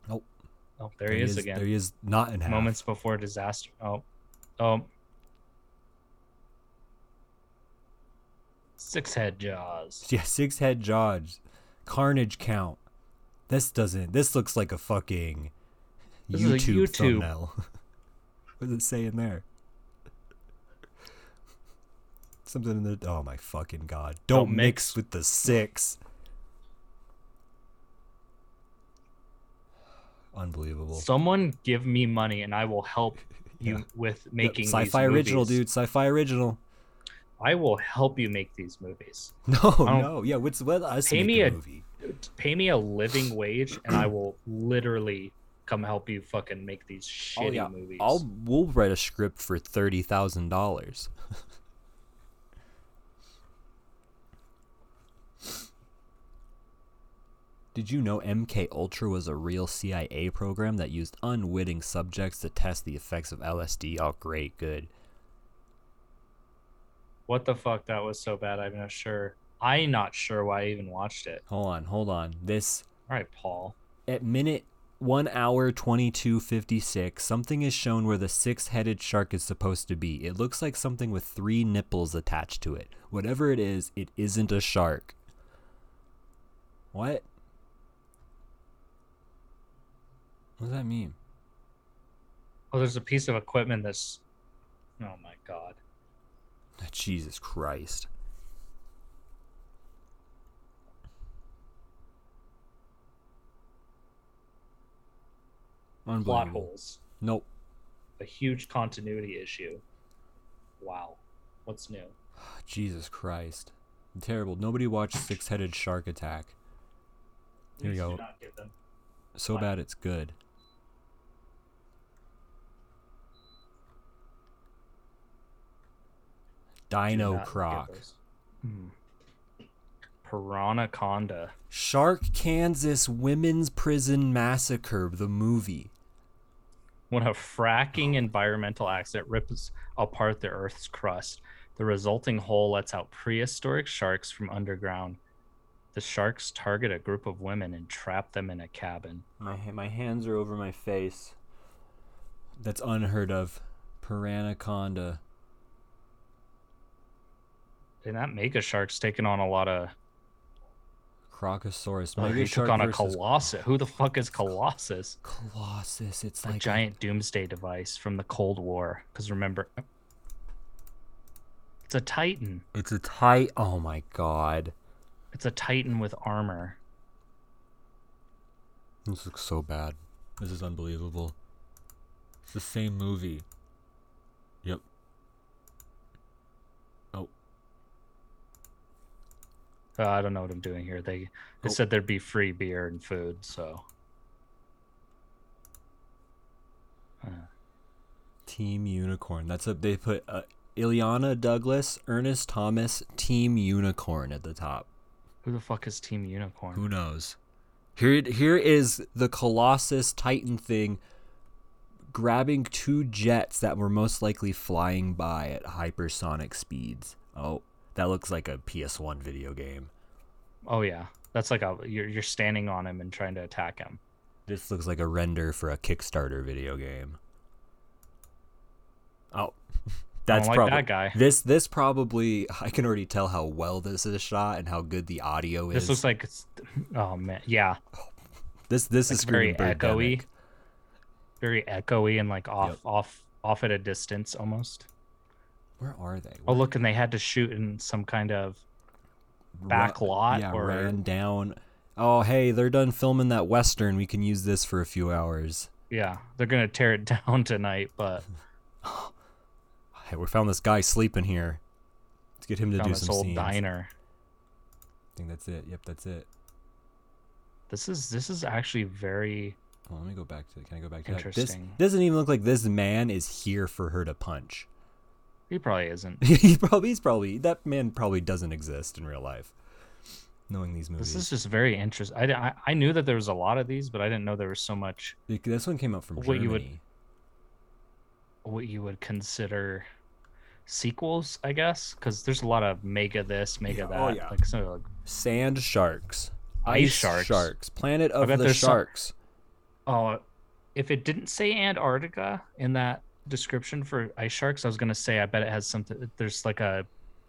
A: Oh,
B: oh, there, he is, again.
A: There he is not in half.
B: Moments before disaster. Oh, oh. Six head jaws.
A: Yeah, six head jaws, carnage count. This doesn't. This looks like a fucking
B: This is a
A: YouTube,
B: YouTube.
A: thumbnail. *laughs* what does it say in there? Something in the. Oh my fucking god! Don't, mix.
B: mix.
A: with the six. Unbelievable.
B: Someone give me money and I will
A: *laughs*
B: help you
A: Yeah.
B: with
A: Yep,
B: making these
A: sci-fi original,
B: movies.
A: dude. Sci-fi original. *laughs*
B: I will help you make these movies.
A: No,
B: don't-
A: no. Yeah, what's what? I
B: Pay
A: see
B: me
A: a
B: a-
A: movie.
B: Pay me a living wage and I will literally come help you fucking make these shitty movies.
A: Oh, I'll we'll write a script for thirty thousand dollars. *laughs* Did you know MK Ultra was a real CIA program that used unwitting subjects to test the effects of LSD? Oh, great, good.
B: What the fuck? That was so bad. I'm not sure. I'm not sure why I even watched it.
A: Hold on, hold on. This
B: All right, Paul.
A: At minute 1 hour 22.56, something is shown where the six headed shark is supposed to be. It looks like something with three nipples attached to it. Whatever it is, it isn't a shark. What? What does that mean?
B: Oh, there's a piece of equipment that's. Oh my god.
A: Ah, Jesus Christ.
B: Plot
A: Unbelievable.
B: holes.
A: Nope.
B: A huge continuity issue. Wow. What's new?
A: Jesus Christ. Terrible. Nobody watched Six Headed Shark Attack. Here
B: Please
A: you
B: do
A: go.
B: not give them-
A: So bad it's good.
B: do
A: Dino
B: not give
A: Croc.
B: those. Hmm. Piranaconda.
A: Shark Kansas Women's Prison Massacre, the movie.
B: When a fracking environmental accident rips apart the Earth's crust, the resulting hole lets out prehistoric sharks from underground. The sharks target a group of women and trap them in a cabin.
A: My ha- my hands are over my face. That's unheard of. Piranaconda.
B: And that mega shark's taking on a lot of.
A: Crocosaurus.
B: Oh, he
A: Mega
B: took
A: shark
B: on a
A: versus
B: colossus. Who the fuck is colossus?
A: Colossus. It's
B: A
A: like
B: giant doomsday device from the Cold War. Because remember, it's a titan.
A: It's a tight. Oh my god.
B: It's a titan with armor.
A: This looks so bad. This is unbelievable. It's the same movie. Yep. Oh.
B: Uh, I don't know what I'm doing here. They,
A: Oh.
B: they said there'd be free beer and food, so
A: Team Unicorn. That's a they put uh, Ileana Douglas, Ernest Thomas, Team Unicorn at the top.
B: who the fuck is Team Unicorn?
A: Who knows? Here it- here is the Colossus Titan thing grabbing two jets that were most likely flying by at hypersonic speeds. Oh, that looks like a PS1 video game.
B: Oh yeah, that's like a you're you're standing on him and trying to attack him.
A: This looks like a render for a Kickstarter video game. Oh, *laughs* that's
B: like
A: probably
B: that guy.
A: This this probably I can already tell how well this is shot and how good the audio is.
B: This looks like it's oh man, yeah,
A: this this
B: like
A: is
B: very
A: Screaming
B: echoey,
A: Birdemic.
B: very echoey and like off
A: Yep.
B: off off at a distance almost.
A: Where are they?
B: Oh look, and they had to shoot in some kind of
A: Ru-
B: back lot
A: Yeah,
B: or-
A: ran down. Oh hey, they're done filming that western. We can use this for a few hours.
B: yeah. They're gonna tear it *laughs* down tonight, but
A: Hey, we found this guy sleeping here. Let's get him to
B: on
A: do
B: this
A: some
B: old
A: scenes.
B: diner.
A: I think that's it. Yep, that's it.
B: This is this is actually very
A: Hold on, let me go back to. Can I go back to that? This
B: Interesting.
A: doesn't even look like this man is here for her to punch. *laughs*
B: he probably isn't.
A: he probably he's probably that man probably doesn't exist in real life. Knowing these movies,
B: This is just very interesting. I, I, I knew that there was a lot of these, but I didn't know there was so much.
A: Like, this one came out from
B: What
A: Germany.
B: you would- what you would consider sequels, I guess, because there's a lot of mega this, mega that,
A: oh yeah.
B: like some like
A: Sand sharks,
B: Ice
A: sharks,
B: sharks.
A: Planet of
B: bet
A: the
B: there's some-
A: Sharks.
B: Oh, if it didn't say Antarctica in that description for ice sharks, I was gonna say I bet it has something. There's like a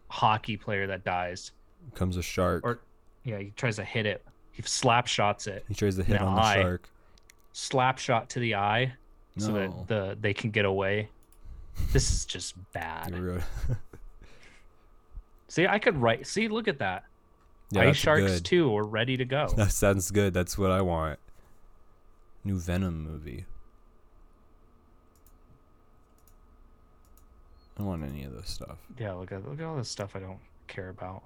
B: hockey player that dies,
A: Comes a shark.
B: or yeah, he tries to hit it. He slap shots it,
A: he tries to hit
B: No,
A: on the
B: I-
A: shark.
B: slap shot to the eye, so
A: No.
B: that the they can get away. This is just bad.
A: You wrote- *laughs*
B: See, I could write. See, look at that.
A: yeah,
B: ice
A: that's
B: sharks
A: good.
B: too. We're ready
A: *laughs*
B: to go.
A: That sounds good. That's what I want. New Venom movie. I don't want any of this stuff.
B: yeah, look at look at all this stuff I don't care about.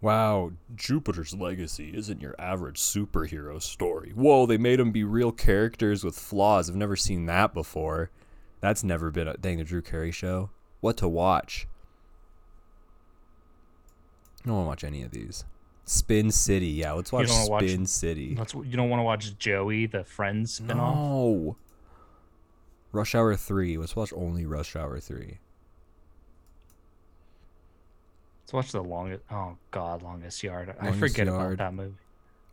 A: Wow, Jupiter's Legacy isn't your average superhero story. Whoa, they made him be real characters with flaws. I've never seen that before. That's never been a dang the Drew Carey show. What to watch? I don't want to watch any of these. Spin City, yeah, let's watch
B: don't wanna watch-
A: Spin City.
B: That's what- you don't want to watch Joey the Friends spinoff.
A: No. Rush Hour 3. Let's watch only Rush Hour 3.
B: Let's watch the longest. Oh God, longest yard. I
A: Longest
B: forget
A: Yard.
B: about that movie.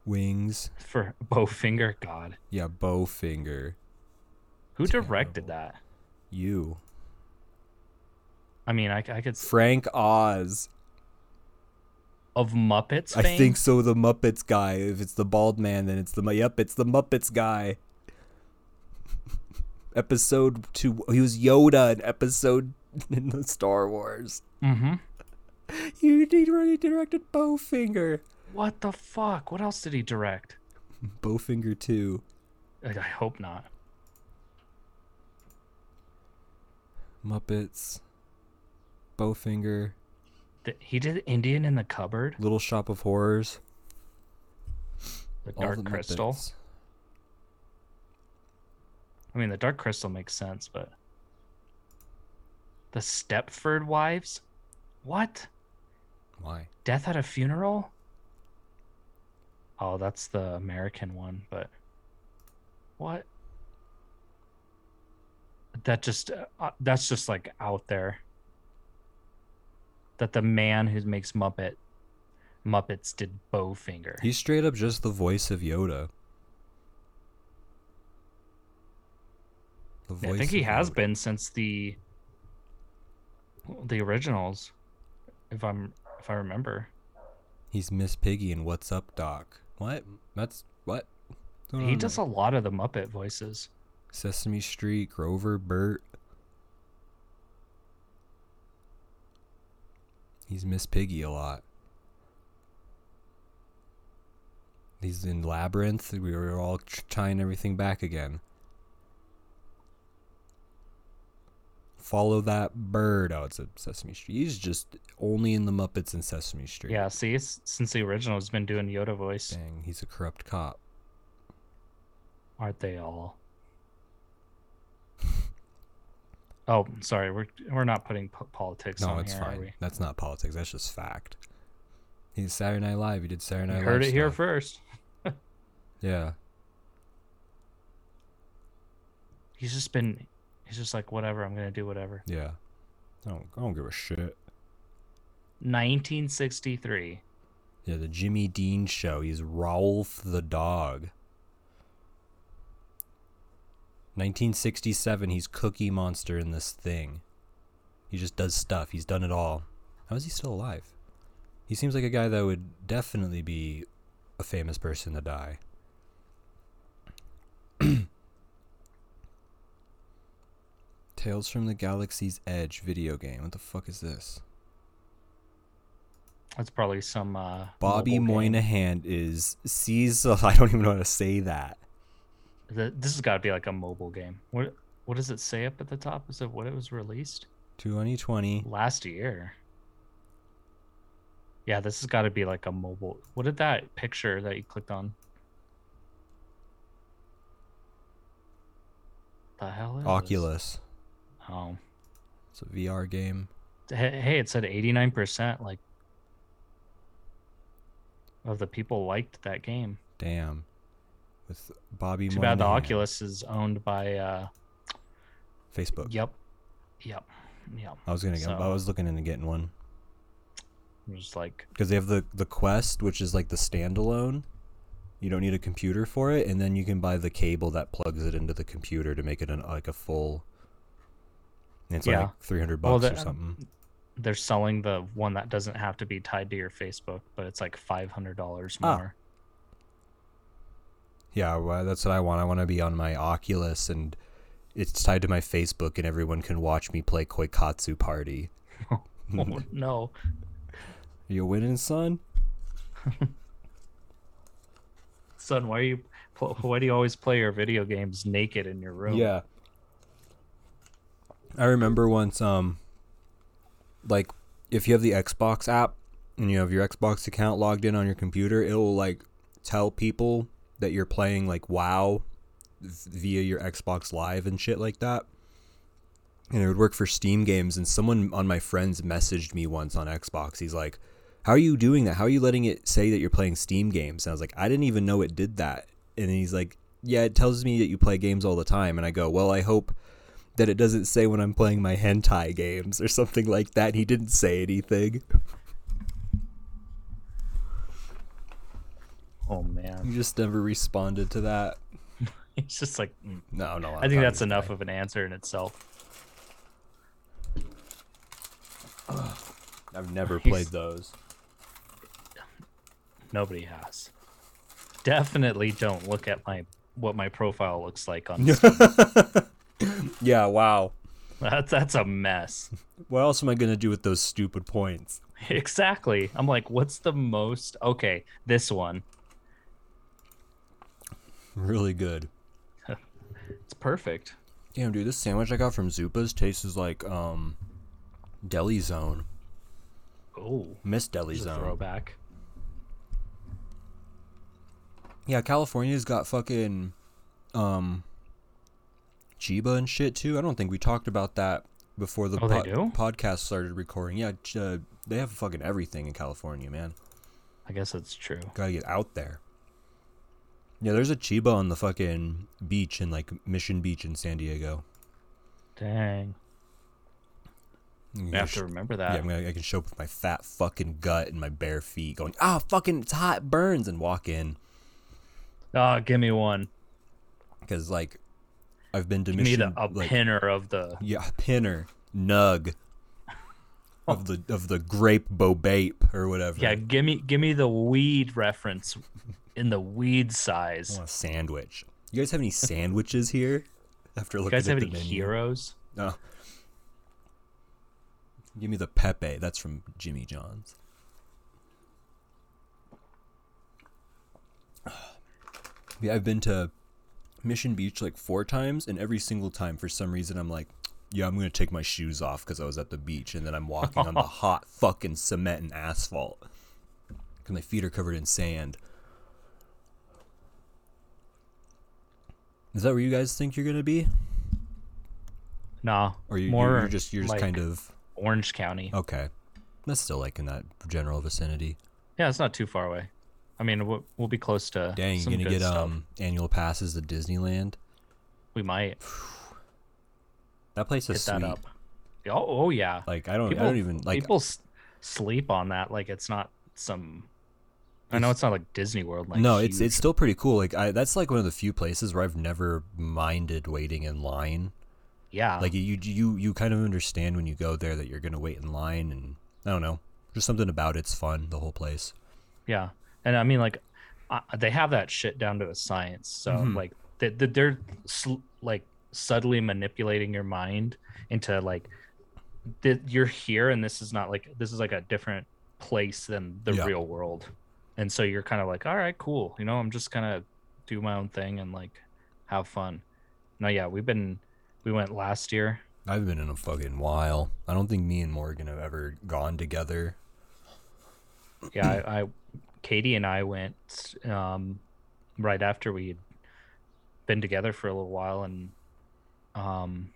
A: Wings.
B: For Bowfinger, God,
A: Yeah, Bowfinger.
B: who directed that?
A: You.
B: I mean, I, c- I could s-
A: Frank Oz.
B: of Muppets.
A: I
B: fame?
A: think so. The Muppets guy. If it's the bald man, then it's the Mu- yep. It's the Muppets guy. *laughs* episode two. He was Yoda in episode *laughs* in the Star Wars.
B: Mhm.
A: You directed, directed Bowfinger.
B: What the fuck? What else did he direct?
A: Bowfinger two.
B: Like, I hope not.
A: Muppets. Bowfinger.
B: Th- He did Indian in the cupboard.
A: Little Shop of Horrors.
B: The
A: all
B: Dark
A: the
B: Crystal.
A: Muppets.
B: I mean, the Dark Crystal makes sense, but the Stepford Wives. What?
A: Why?
B: Death at a Funeral? Oh, that's the American one, but what? That just uh, uh, that's just like out there. That the man who makes Muppet Muppets did Bowfinger.
A: He's straight up just the voice of Yoda. The
B: I
A: voice
B: think he
A: of
B: has
A: Yoda.
B: been since the the originals, if I'm if I remember.
A: He's Miss Piggy and What's Up, Doc. What? That's what? What's going
B: He
A: on
B: does a
A: there?
B: lot of the Muppet voices.
A: Sesame Street, Grover, Bert. He's Miss Piggy a lot. He's in Labyrinth. We were all tr- tying everything back again. Follow that bird. Oh, it's a Sesame Street. He's just only in the Muppets and Sesame Street.
B: Yeah, see, it's, since the original, he's been doing Yoda voice.
A: Dang, he's a corrupt cop.
B: Aren't they all? Oh, sorry, we're we're not putting po- politics
A: No,
B: on
A: it's
B: here, are
A: fine.
B: we?
A: That's not politics. That's just fact. He's Saturday Night Live. He did Saturday
B: You
A: Night
B: heard
A: Live.
B: it here
A: stuff.
B: first.
A: Yeah.
B: He's just been, he's just like whatever. I'm gonna do whatever.
A: Yeah. I don't, I don't give a shit.
B: 1963.
A: Yeah, the Jimmy Dean show. He's Rolf the dog. 1967, he's Cookie Monster in this thing. He just does stuff. He's done it all. How is he still alive? He seems like a guy that would definitely be a famous person to die. *clears throat* Tales from the Galaxy's Edge video game. What the fuck is this?
B: That's probably some uh,
A: Bobby
B: mobile game.
A: Moynihan is Cecil. *laughs* I don't even know how to say that.
B: Th- This has got to be like a mobile game. What what does it say up at the top? Is it what it was released
A: 2020.
B: last year? Yeah, this has got to be like a mobile. What did that picture that you clicked on? The hell is this?
A: Oculus.
B: Oh,
A: It's a VR game.
B: Hey- hey, it said eighty nine percent like of the people liked that game.
A: Damn. With Bobby
B: Too
A: Moynihan.
B: bad the Oculus is owned by uh,
A: Facebook.
B: Yep. Yep. Yep.
A: I was gonna get. I
B: So-
A: was looking into getting one
B: Just like
A: because they have the the Quest, which is like the standalone. You don't need a computer for it, and then you can buy the cable that plugs it into the computer to make it an like a full. and It's
B: Yeah.
A: like three hundred
B: Well,
A: bucks or
B: the- um,
A: something.
B: they're selling the one that doesn't have to be tied to your Facebook, but it's like five hundred dollars
A: Ah.
B: more.
A: Yeah, well, that's what I want. I want to be on my Oculus, and it's tied to my Facebook, and everyone can watch me play Koikatsu Party. *laughs*
B: Oh, no.
A: You winning, son?
B: Son, why are you? pl- Why do you always play your video games naked in your room?
A: Yeah. I remember once, um, like if you have the Xbox app and you have your Xbox account logged in on your computer, it will like tell people that you're playing like WoW via your Xbox Live and shit like that. And it would work for Steam games. And someone on my friends messaged me once on Xbox. He's like, "How are you doing that? How are you letting it say that you're playing Steam games?" And I was like, "I didn't even know it did that." And then he's like, "Yeah, it tells me that you play games all the time." And I go, "Well, I hope." That it doesn't say when I'm playing my hentai games or something like that. And he didn't say anything.
B: Oh
A: He
B: man, *laughs*
A: just never responded to that.
B: it's just like mm.
A: No, no.
B: I think that's enough of an answer in itself.
A: I've never
B: He's-
A: played those.
B: Nobody has. Definitely don't look at my what my profile looks like on.
A: *laughs*
B: Steam.
A: Yeah. Wow.
B: that's that's a mess. *laughs*
A: What else am I gonna do with those stupid points?
B: Exactly. I'm like, what's the most? Okay, this one.
A: Really good.
B: It's perfect.
A: Damn, dude, this sandwich I got from Zupa's tastes like um, Deli Zone.
B: Oh,
A: Miss Deli
B: it's a
A: Zone.
B: throwback.
A: Yeah, California's got fucking um Chiba and shit too. I don't think we talked about that before the
B: Oh, they do?
A: podcast started recording. Yeah, ch- uh, they have fucking everything in California, man.
B: I guess that's true.
A: Gotta get out there. Yeah, there's a Chiba on the fucking beach in like Mission Beach in San Diego.
B: Dang.
A: You can
B: I have
A: sh-
B: to remember
A: yeah,
B: that.
A: I'm gonna, I can show up with my fat fucking gut and my bare feet, going, "Ah, fucking, it's hot, it burns," and walk in
B: Ah, give me one.
A: because like I've been to
B: Give me
A: Mission.
B: the a
A: like,
B: pinner of the.
A: Yeah, pinner,
B: *laughs*
A: nug, of the of the grape bobape or whatever.
B: Yeah, give me give me the weed reference, in the weed
A: I
B: size.
A: want a sandwich. You guys have any sandwiches here? After
B: You
A: looking
B: guys
A: at
B: have
A: the
B: any
A: menu?
B: heroes?
A: No. Give me the Pepe. That's from Jimmy John's. *sighs* Yeah, I've been to Mission Beach like four times, and every single time, for some reason, I'm like, yeah, I'm gonna take my shoes off because I was at the beach, and then I'm walking on the hot fucking cement and asphalt because my feet are covered in sand. Is that where you guys think you're gonna be?
B: Nah.
A: Or you,
B: more
A: you're, you're just you're just Oh.
B: like
A: kind of
B: Orange County.
A: okay. That's still like in that general vicinity.
B: Yeah, it's not too far away. I mean, we'll, we'll be close to.
A: Dang,
B: some
A: you're gonna
B: good
A: get
B: stuff.
A: um annual passes to Disneyland.
B: We might
A: That place
B: hit
A: is sweet.
B: that up. Oh, oh yeah.
A: Like I don't
B: people,
A: I don't even like
B: people s- sleep on that. Like it's not some. I know it's not like Disney World. Like
A: no, it's it's
B: huge.
A: still pretty cool. Like I, that's like one of the few places where I've never minded waiting in line.
B: yeah.
A: Like you you you kind of understand when you go there that you're gonna wait in line, and I don't know, just something about it's fun. The whole place.
B: Yeah, and I mean, like, uh, they have that shit down to a science. So like, they, they- they're sl- like subtly manipulating your mind into like, th- you're here, and this is not like this is like a different place than the
A: Yeah.
B: real world, and so you're kind of like, all right, cool, you know, I'm just gonna do my own thing and like have fun. No, yeah, we've been we went last year.
A: I've been in a fucking while. I don't think me and Morgan have ever gone together.
B: yeah I, I katie and i went um right after we had been together for a little while and um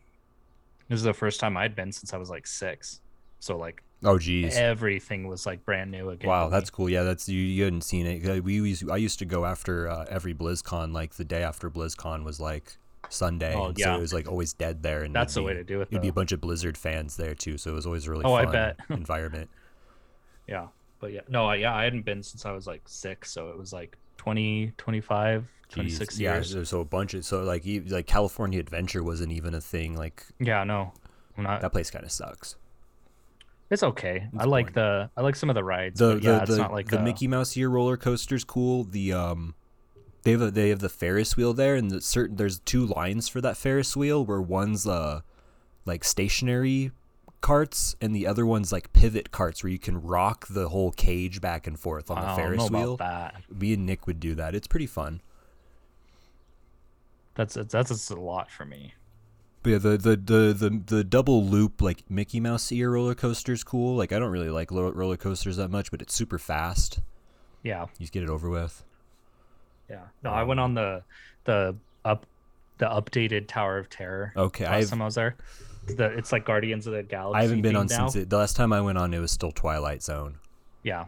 B: this is the first time i'd been since i was like six so like
A: Oh geez.
B: everything was like brand new again
A: Wow,
B: to
A: that's
B: me.
A: cool. Yeah, that's you, you hadn't seen it. 'Cause We used, I used to go after uh, every BlizzCon, like the day after BlizzCon was like Sunday.
B: Oh,
A: and
B: yeah.
A: So it was like always dead there. And
B: That's
A: it'd
B: the way
A: be-
B: to do it,
A: There'd be a
B: though.
A: bunch of Blizzard fans there too, so it was always a really
B: Oh, I
A: fun
B: bet. *laughs*
A: environment.
B: Yeah. But yeah, no, I, yeah, I hadn't been since I was like six, so it was like 20, 25, 26
A: Jeez. yeah,
B: years.
A: so- so a bunch of so like you- like California Adventure wasn't even a thing. Like
B: Yeah, no, I'm not.
A: that place kind of sucks.
B: It's okay. I like the I like some of the rides.
A: The
B: but yeah,
A: the,
B: it's
A: the,
B: not like
A: the
B: a-
A: Mickey Mouse year roller coaster's cool. The um they have a, they have the Ferris wheel there and the certain there's two lines for that Ferris wheel where one's uh like stationary carts and the other one's like pivot carts where you can rock the whole cage back and forth on the
B: I don't know
A: Ferris
B: about
A: wheel.
B: that.
A: Me and Nick would do that. It's pretty fun.
B: That's that's just a lot for me.
A: But yeah, the, the the the the double loop like Mickey Mouse ear roller coaster's cool. Like I don't really like lo- roller coasters that much, but it's super fast.
B: Yeah,
A: You just get it over with.
B: yeah. No, I went on the the up the updated Tower of Terror.
A: Okay,
B: last
A: I've-
B: time I was there, the, it's like Guardians of the Galaxy.
A: I haven't been
B: themed
A: on
B: now.
A: since it, the last time I went on. It was still Twilight Zone.
B: Yeah.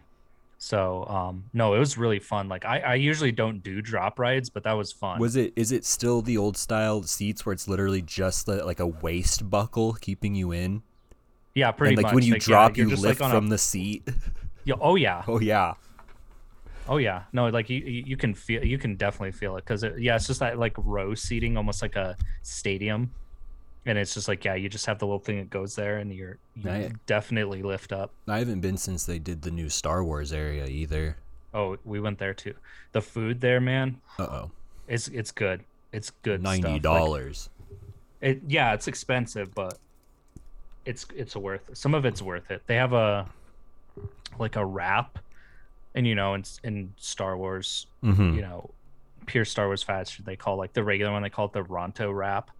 B: So um no, it was really fun. Like I I usually don't do drop rides, but that was fun.
A: Was it? Is it still the old style seats where it's literally just the, like a waist buckle keeping you in?
B: yeah, pretty
A: and like
B: much.
A: when you
B: Like, yeah,
A: drop,
B: you're
A: you
B: just,
A: lift
B: like, on
A: from
B: a,
A: the seat. *laughs*
B: Yeah, oh yeah.
A: Oh yeah,
B: Oh yeah, no, like you, you you can feel, you can definitely feel it because it, yeah, it's just that like row seating, almost like a stadium, and it's just like yeah, you just have the little thing that goes there, and you're you
A: Right.
B: definitely lift up.
A: I haven't been since they did the new Star Wars area either.
B: Oh, we went there too. The food there, man,
A: Uh oh,
B: it's it's good. It's good. stuff.
A: ninety
B: Like,
A: dollars.
B: it yeah, it's expensive, but it's it's worth. Some of it's worth it. They have a like a wrap, and you know, in in Star Wars,
A: hmm
B: you know, pure Star Wars fast food. They call like the regular one. They call it the Ronto wrap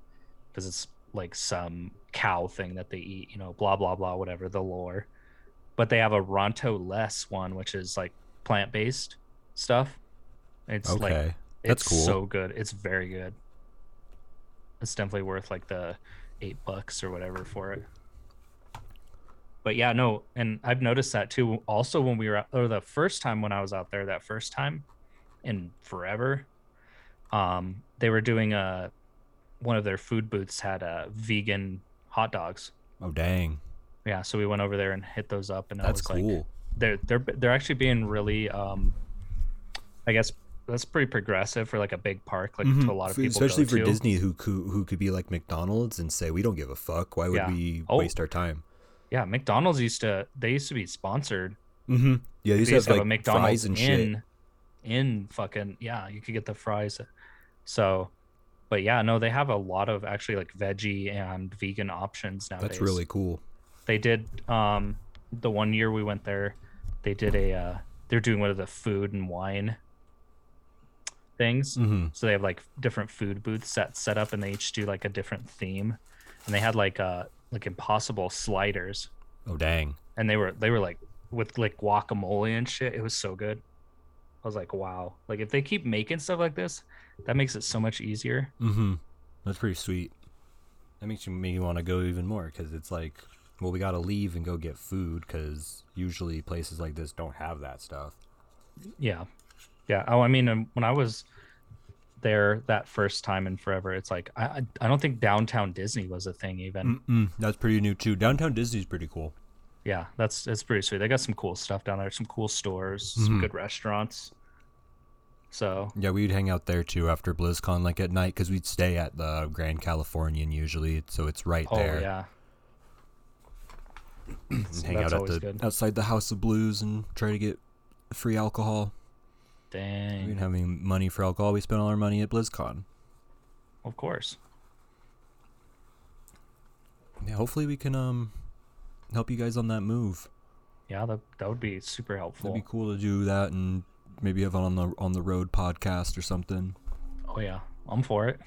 B: because it's like some cow thing that they eat. You know, blah blah blah, whatever the lore. But they have a Ronto less one, which is like plant based stuff. It's
A: okay,
B: like
A: that's
B: it's
A: cool.
B: so good. It's very good. It's definitely worth like the eight bucks or whatever for it. But yeah, no, and I've noticed that too. Also, when we were out, or the first time when I was out there, that first time in forever, um, they were doing a one of their food booths had a vegan hot dogs.
A: oh dang,
B: Yeah, so we went over there and hit those up, and I
A: that's
B: was like,
A: cool.
B: they're they're they're actually being really um i guess that's pretty progressive for like a big park like to a lot of
A: Mm-hmm. For-
B: people
A: especially
B: go
A: for
B: to.
A: Disney, who, who who could be like McDonald's and say we don't give a fuck. Why would
B: Yeah.
A: we
B: Oh.
A: waste our time?
B: yeah mcdonald's used to they used to be sponsored
A: Mm-hmm. Yeah,
B: they
A: these have
B: used to
A: like
B: have a mcdonald's
A: fries and shit.
B: in in fucking yeah you could get the fries so but yeah no they have a lot of actually like veggie and vegan options nowadays
A: That's really cool.
B: they did um the one year we went there they did a uh they're doing one of the food and wine things
A: Mhm.
B: so they have like different food booths set set up and they each do like a different theme and they had like uh like impossible sliders
A: Oh dang,
B: and they were they were like with like guacamole and shit it was so good i was like wow like if they keep making stuff like this that makes it so much easier
A: mm-hmm. that's pretty sweet. That makes you me want to go even more because it's like, well, we gotta leave and go get food because usually places like this don't have that stuff.
B: Yeah. Yeah. Oh, I mean, um, when I was there that first time in forever, it's like, I, I- I don't think downtown Disney was a thing even.
A: Mm, that's pretty new too. Downtown Disney's pretty cool.
B: Yeah. That's, that's pretty sweet. They got some cool stuff down there, some cool stores,
A: Mm-hmm.
B: some good restaurants. So,
A: Yeah, we'd hang out there too after BlizzCon, like at night, because we'd stay at the Grand Californian usually, so it's right
B: oh,
A: there.
B: yeah.
A: *clears throat* and hang out at
B: That's always
A: the Oh.
B: good.
A: outside the House of Blues and try to get free alcohol. We
B: Dang.
A: didn't have any money for alcohol. We spent all our money at BlizzCon.
B: Of course.
A: Yeah, hopefully we can um help you guys on that move.
B: Yeah. That, that would be super helpful.
A: It'd be cool to do that and maybe have on the on the road podcast or something.
B: Oh, yeah. I'm for it.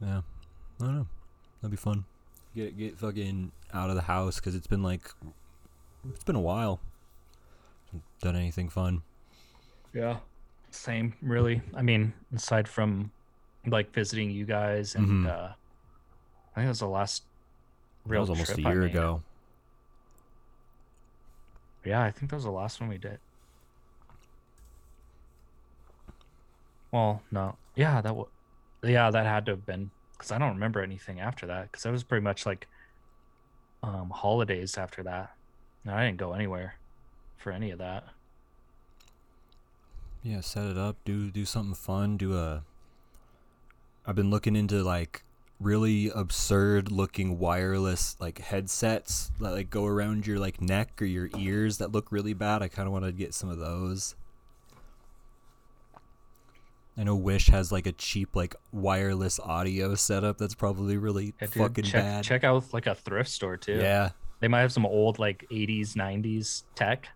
A: Yeah, I don't know. That'd be fun. Get get fucking out of the house because it's been like it's been a while. Done anything fun?
B: Yeah. Same, really. I mean, aside from like visiting you guys and
A: Mhm.
B: uh I think it was the last
A: That
B: real
A: was almost a
B: trip I
A: year
B: made.
A: ago.
B: Yeah, I think that was the last one we did. Well, no. Yeah, that was. Yeah, that had to have been because I don't remember anything after that because that was pretty much like um holidays after that. And I didn't go anywhere for any of that.
A: Yeah, set it up. Do do something fun. Do a. I've been looking into like really absurd looking wireless like headsets that like go around your like neck or your ears that look really bad. I kind of want to get some of those. I know Wish has like a cheap like wireless audio setup that's probably really
B: Yeah, dude,
A: fucking
B: check,
A: bad.
B: check out like a thrift store too.
A: yeah.
B: They might have some old like 80s, 90s tech.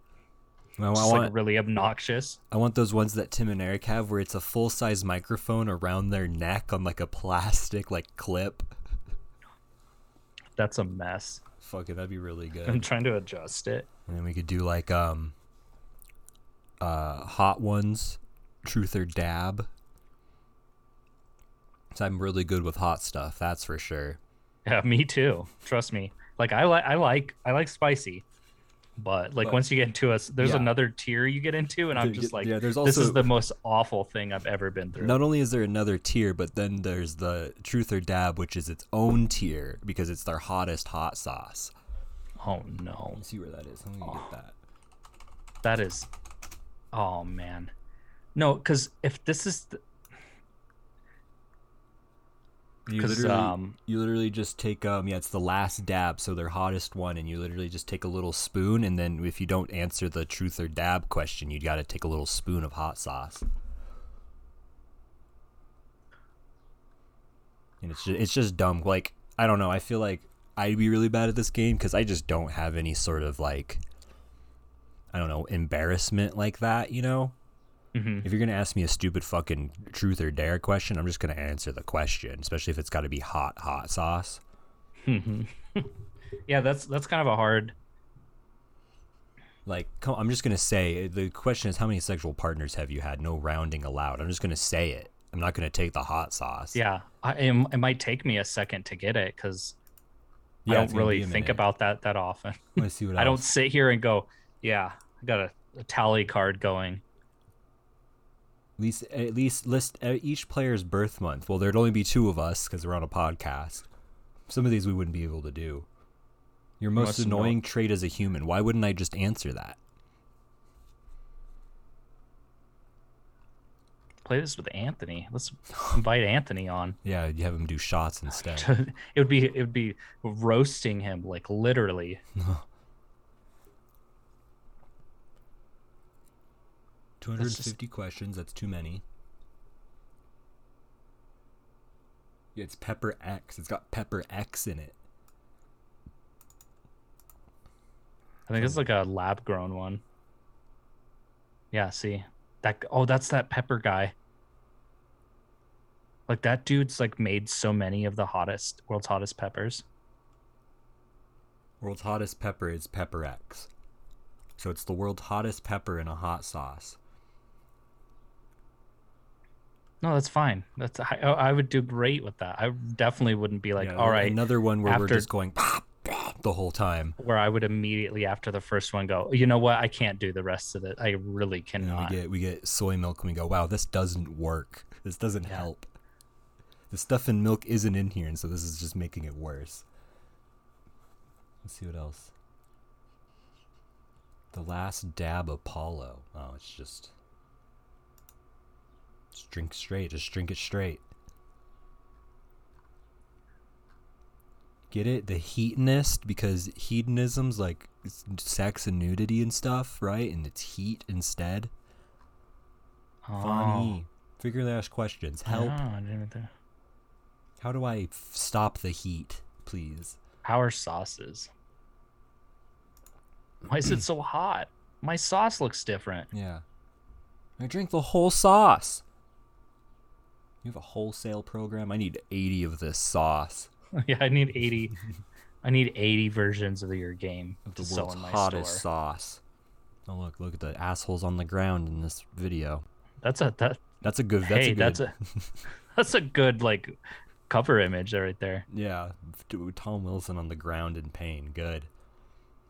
A: No, I
B: Just,
A: want
B: like really obnoxious.
A: I want those ones that Tim and Eric have where it's a full size microphone around their neck on like a plastic like clip.
B: That's a mess.
A: Fuck it, that'd be really good.
B: I'm
A: and
B: trying to adjust it.
A: then we could do like um uh hot ones, truth or dab. So I'm really good with hot stuff, that's for sure.
B: Yeah, me too. Trust me. Like I like I like I like spicy. But like
A: But-
B: once you get into us, there's
A: Yeah.
B: another tier you get into, and I'm
A: There-
B: just like,
A: yeah, there's
B: this
A: also-
B: is the most awful thing I've ever been through.
A: Not only is there another tier, but then there's the truth or dab, which is its own tier because it's their hottest hot sauce.
B: Oh no,
A: Let me see where that is. I'm gonna get that.
B: that is, oh man, no, because if this is, th-
A: You
B: 'Cause,
A: literally,
B: um,
A: you literally just take um yeah it's the last dab so their hottest one and you literally just take a little spoon and then if you don't answer the truth or dab question you got to take a little spoon of hot sauce and it's just, it's just dumb like I don't know I feel like I'd be really bad at this game because I just don't have any sort of like I don't know embarrassment like that you know
B: mhm.
A: if you're gonna ask me a stupid fucking truth or dare question, I'm just gonna answer the question, especially if it's got to be hot hot sauce.
B: yeah, that's that's kind of a hard.
A: Like, come, I'm just gonna say the question is how many sexual partners have you had? No rounding allowed. I'm just gonna say it. I'm not gonna take the hot sauce.
B: Yeah, I am. It might take me a second to get it because
A: Yeah,
B: I
A: it's
B: don't
A: gonna be
B: really
A: a
B: think
A: minute.
B: about that that often. *laughs*
A: Let's see what
B: I don't
A: else.
B: sit here and go, yeah, I got a, a tally card going.
A: At least, at least list uh, each player's birth month. Well, there'd only be two of us because we're on a podcast. Some of these we wouldn't be able to do. Your most
B: Must know-
A: annoying trait as a human. Why wouldn't I just answer that?
B: Play this with Anthony.
A: *laughs*
B: Let's invite Anthony on. *laughs*
A: Yeah, you have him do shots instead.
B: it would be it would be roasting him like literally
A: Two hundred and fifty questions. That's too many. Yeah, it's Pepper X. It's got Pepper X in it.
B: I think it's like a lab grown one. Yeah, see that? Oh, that's that pepper guy. Like that dude's like made so many of the hottest world's hottest peppers.
A: World's hottest pepper is Pepper X. So it's the world's hottest pepper in a hot sauce.
B: No, that's fine. That's I, oh, I would do great with that. I definitely wouldn't be like,
A: Yeah,
B: all right,
A: Another one where we're
B: after-
A: just going the whole time.
B: where I would immediately after the first one go, you know what? I can't do the rest of it. I really
A: And then
B: cannot.
A: we get we get soy milk and we go, wow, this doesn't work. This doesn't help. The stuff in milk isn't in here, and so this is just making it worse. Let's see what else. The last dab Apollo. Oh, it's just just drink straight. Just drink it straight. Get it? The heatonist because hedonism's like s- sex and nudity and stuff, right? And it's heat instead.
B: oh,
A: Funny. Figure the ask questions. Help.
B: Yeah, I didn't think-
A: How do I f- stop the heat, please?
B: Our sauces.
A: *clears throat*
B: Why is it so hot? My sauce looks different. *laughs*
A: Yeah. I drink the whole sauce. You have a wholesale program? I need 80 of this sauce.
B: yeah, I need 80. I need 80 versions of your game
A: Of
B: to
A: the
B: sell
A: world's
B: in my
A: hottest
B: store.
A: sauce. Oh, look, look at the assholes on the ground in this video.
B: That's a that.
A: That's a good. That's
B: hey,
A: a good, *laughs*
B: that's a that's a good like cover image right there.
A: Yeah, dude, Tom Wilson on the ground in pain. Good.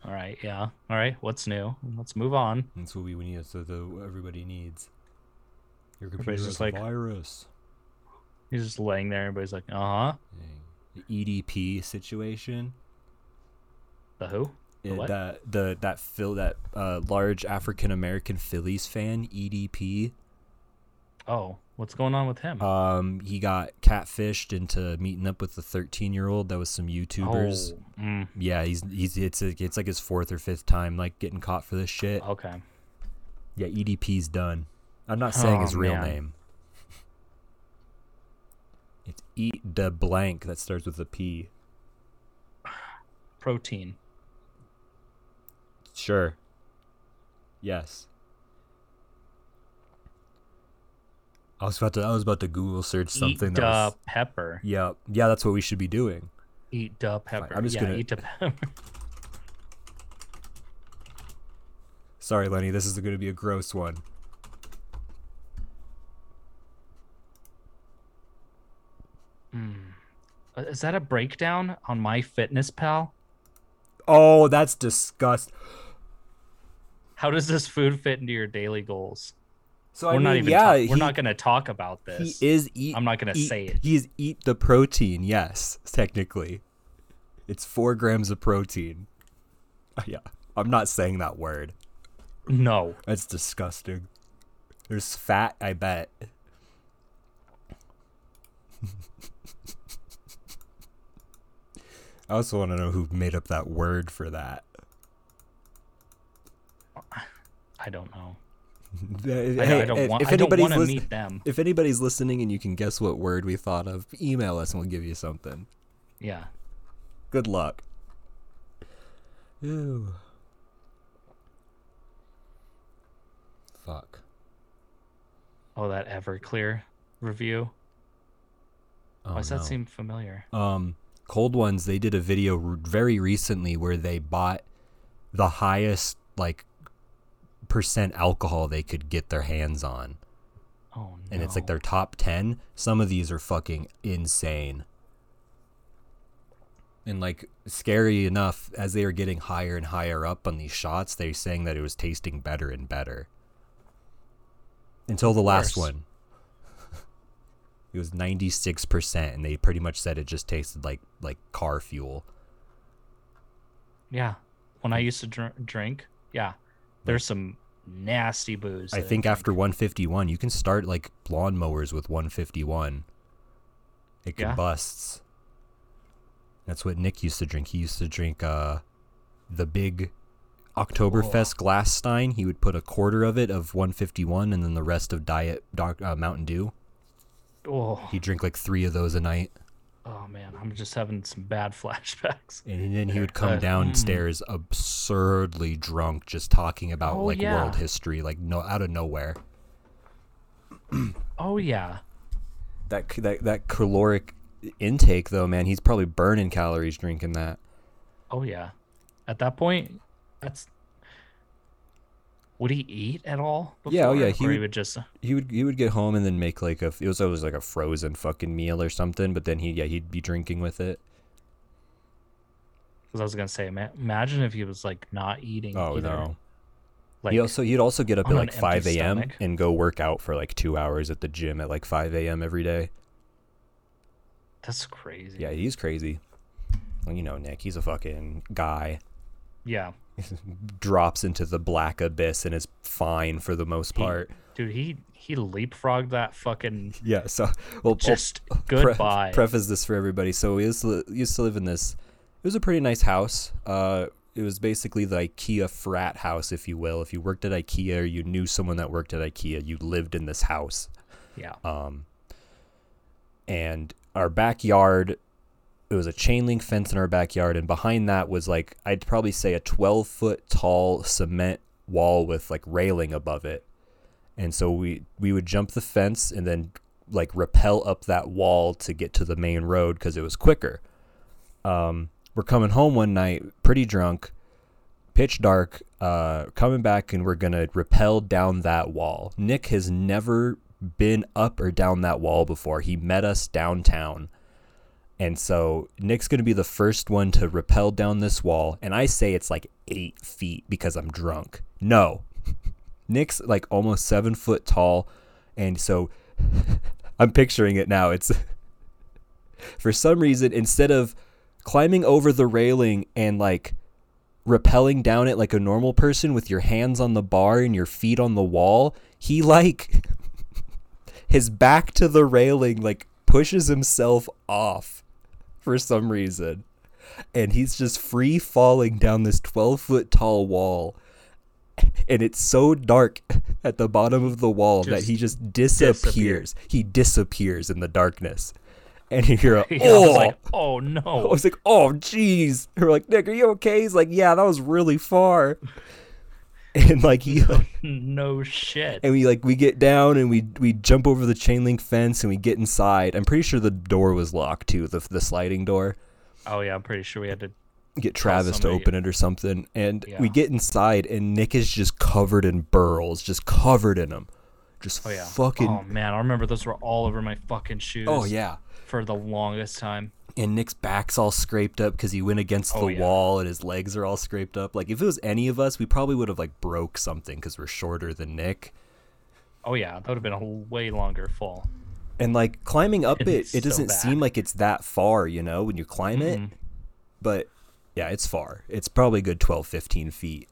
B: All right, yeah. All right, what's new? Let's move on.
A: That's what we we need. So the everybody needs. Your
B: Everybody's
A: computer has
B: just
A: a
B: like-
A: virus.
B: He's just laying there. Everybody's like, uh huh.
A: Dang. The EDP E situation.
B: The who? The
A: Yeah,
B: what?
A: that the that Phil that uh, large African American Phillies fan E EDP.
B: Oh, what's going on with him?
A: Um, he got catfished into meeting up with a 13 year old that was some YouTubers.
B: Oh, mm,
A: Yeah, he's he's it's like- it's like his fourth or fifth time like getting caught for this shit.
B: okay.
A: Yeah, EDP's done. I'm not saying his
B: Oh,
A: real
B: man.
A: name. *laughs* It's E de blank that starts with a P.
B: Protein.
A: Sure. Yes. I was about to I was about to Google search something
B: eat
A: that
B: da
A: was
B: pepper.
A: Yeah, yeah, that's what we should be doing.
B: Eat da pepper.
A: I'm just
B: yeah,
A: gonna-
B: eat da pepper. *laughs*
A: Sorry, Lenny, this is going to be a gross one.
B: Is that a breakdown on my fitness pal?
A: Oh, that's disgust.
B: How does this food fit into your daily goals?
A: So I
B: we're
A: mean,
B: not even.
A: yeah,
B: talk-
A: he,
B: we're not going to talk about this.
A: he is eat.
B: I'm not gonna
A: eat-
B: say it.
A: He is eat the protein. Yes, technically, it's four grams of protein. *laughs* Yeah, I'm not saying that word.
B: No.
A: That's disgusting. There's fat, I bet. *laughs* I also want to know who made up that word for that.
B: I don't know.
A: Hey,
B: I, I don't
A: if-
B: want.
A: eh, if
B: I don't
A: anybody's
B: want to
A: lis-
B: meet them.
A: If anybody's listening and you can guess what word we thought of, email us and we'll give you something.
B: Yeah.
A: Good luck. Ew. Fuck.
B: Oh, that Everclear review.
A: Oh,
B: Why does that
A: no.
B: seem familiar?
A: um cold ones they did a video r- very recently where they bought the highest like percent alcohol they could get their hands on
B: Oh no.
A: and it's like their top 10 some of these are fucking insane and like scary enough as they were getting higher and higher up on these shots they're saying that it was tasting better and better until the last
B: course.
A: one *laughs* it was 96% and they pretty much said it just tasted like like car fuel
B: Yeah. When
A: Mm.
B: I used to dr- drink, yeah, there's some nasty booze.
A: i
B: that
A: think after 151 you can start like lawnmowers with 151 it
B: Yeah.
A: combusts that's what nick used to drink he used to drink uh the big oktoberfest glass stein he would put a quarter of it of 151 and then the rest of diet Doc, uh, mountain dew
B: Oh,
A: he'd drink like three of those a night
B: oh man, I'm just having some bad *laughs* flashbacks.
A: and then he would come
B: Uh,
A: downstairs absurdly drunk just talking about
B: Oh,
A: like
B: yeah.
A: world history like no out of nowhere
B: Oh yeah.
A: that c- that that caloric intake though, man, he's probably burning calories drinking that.
B: Oh yeah. At that point, that's. Would he eat at all? Before?
A: Yeah, oh, yeah,
B: He,
A: he
B: or he
A: would-
B: would just.
A: He would he would get home and then make like a it was always like a frozen fucking meal or something, but then he yeah he'd be drinking with it.
B: Because I was gonna say, ma- imagine if he was like not eating.
A: Oh
B: either.
A: no.
B: Like,
A: he also he'd also get up at
B: on an
A: like
B: empty
A: five a.m.
B: stomach.
A: and go work out for like two hours at the gym at like five a.m. every day.
B: that's crazy.
A: Yeah, he's crazy. Well, you know Nick, he's a fucking guy.
B: Yeah.
A: Drops into the black abyss and is fine for the most
B: He-
A: part.
B: dude, he he leapfrogged that
A: *laughs*
B: fucking
A: yeah. So well, well, *laughs*
B: just
A: pre-
B: goodbye.
A: preface this for everybody. So we used to, li- used to live in this. It was a pretty nice house. Uh, it was basically the IKEA frat house, if you will. If you worked at IKEA or you knew someone that worked at IKEA, you lived in this house.
B: yeah.
A: uh,
B: *laughs*
A: And our backyard, it was a chain link fence in our backyard, and behind that was like I'd probably say a twelve foot tall cement wall with like railing above it. And so we we would jump the fence and then like rappel up that wall to get to the main road because it was quicker. Um, we're coming home one night, pretty drunk, pitch dark. Uh, coming back and we're gonna rappel down that wall. Nick has never been up or down that wall before. He met us downtown. And so Nick's going to be the first one to rappel down this wall. And I say it's like eight *laughs* feet because I'm drunk. No, Nick's like almost seven foot tall, And so *laughs* I'm picturing it now. It's *laughs* for some reason, instead of climbing over the railing and like rappelling down it like a normal person with your hands on the bar and your feet on the wall, he like *laughs* his back to the railing, like pushes himself off for some reason. And he's just free falling down this 12 foot tall wall. And it's so dark at the bottom of the wall that
B: Just
A: he just disappears.
B: disappears.
A: He disappears in the darkness. And you
B: *laughs*
A: hear a,
B: Yeah, I
A: oh,
B: was like, oh
A: I
B: no.
A: was like, *laughs* oh, jeez. *laughs* And We're like, Nick, are you okay? He's like, yeah, that was really far. *laughs* And like he,
B: *laughs* No shit.
A: and we like we get down and we we jump over the chain link fence and we get inside. I'm pretty sure the door was locked too, the the sliding door.
B: Oh yeah, I'm pretty sure we had to
A: Get Travis to
B: somebody.
A: open it or something, and we
B: Yeah.
A: get inside and Nick is just covered in burls, just covered in them, just
B: Oh yeah.
A: fucking.
B: Oh man, I remember those were all over my fucking shoes.
A: oh yeah.
B: For the longest time.
A: and Nick's back's all scraped up because he went against the
B: Oh, yeah.
A: wall and his legs are all scraped up. Like if it was any of us, we probably would have like broke something because we're shorter than Nick.
B: Oh yeah, that would have been a way longer fall.
A: And like climbing up it,
B: *laughs* It's
A: it
B: so
A: doesn't
B: bad. Mm-hmm.
A: seem like it's that far, you know, when you climb it. But yeah, it's far. It's probably a good 12, 15 feet.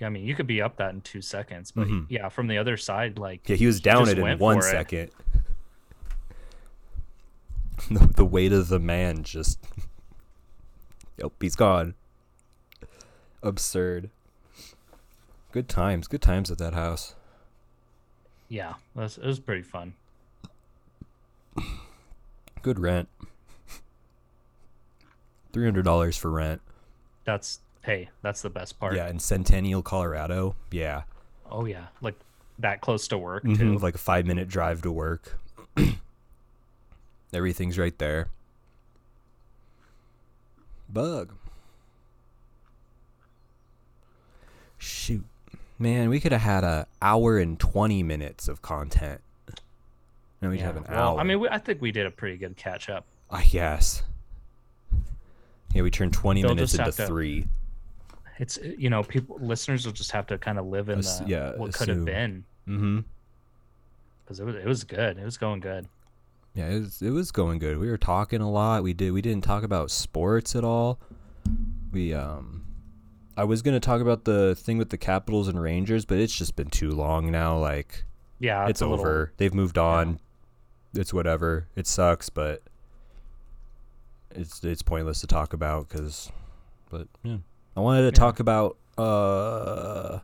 B: Yeah, I mean, you could be up that in two seconds, but yeah, from the other side, like
A: Mm-hmm. Yeah, he was down
B: just
A: it in
B: went
A: one
B: for it.
A: second. *laughs* the, the weight of the man just. *laughs* yep, he's gone. Absurd. Good times. Good times at that house.
B: yeah, it was, it was pretty fun.
A: Good rent. *laughs* Three hundred dollars for rent.
B: That's hey, that's the best part.
A: Yeah, in Centennial, Colorado. Yeah,
B: Oh yeah, like that close to work
A: Mhm,
B: too.
A: with like a five minute drive to work. *clears throat* Everything's right there. Bug. Shoot, man, we could have had a hour and twenty minutes of content. Now we'd
B: yeah.
A: have an
B: well,
A: hour.
B: I mean, we, I think we did a pretty good catch up.
A: I guess. Yeah, we turned 20
B: They'll
A: minutes
B: just
A: into
B: have to-
A: three.
B: It's you know, people listeners will just have to kind of live in
A: Ass-
B: the
A: yeah,
B: what could have
A: assume.
B: been
A: Mm-hmm.
B: because it was it was good. It was going good.
A: Yeah, it was, it was going good. We were talking a lot. We did we didn't talk about sports at all. We um I was going to talk about the thing with the Capitals and Rangers, but it's just been too long now like
B: Yeah,
A: it's
B: a
A: over.
B: little-
A: They've moved on. It's whatever. It sucks, but it's it's pointless to talk about cuz but yeah. I wanted to talk about uh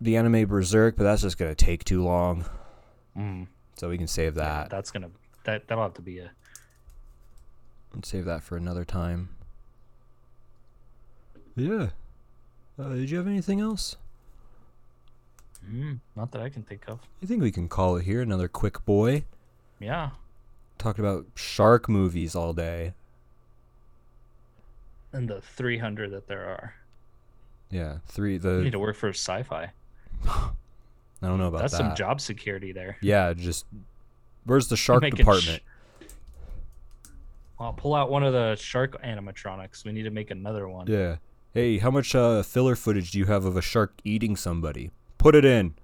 A: the anime Berserk, but that's just going to take too long.
B: Mm.
A: So we can save that.
B: that's gonna that that'll have to be a
A: and save that for another time. Yeah. Uh, did you have anything else?
B: mm, not that I can think of.
A: I think we can call it here. Another quick boy.
B: Yeah,
A: Talked about shark movies all day.
B: and the three hundred that there are.
A: Yeah, three.
B: You
A: The
B: need to work for sci-fi.
A: I don't know about
B: That's
A: that.
B: some job security there.
A: Yeah, just where's the shark
B: Making sh-
A: department?
B: I'll pull out one of the shark animatronics. We need to make another one.
A: yeah. Hey, how much uh, filler footage do you have of a shark eating somebody? Put it in.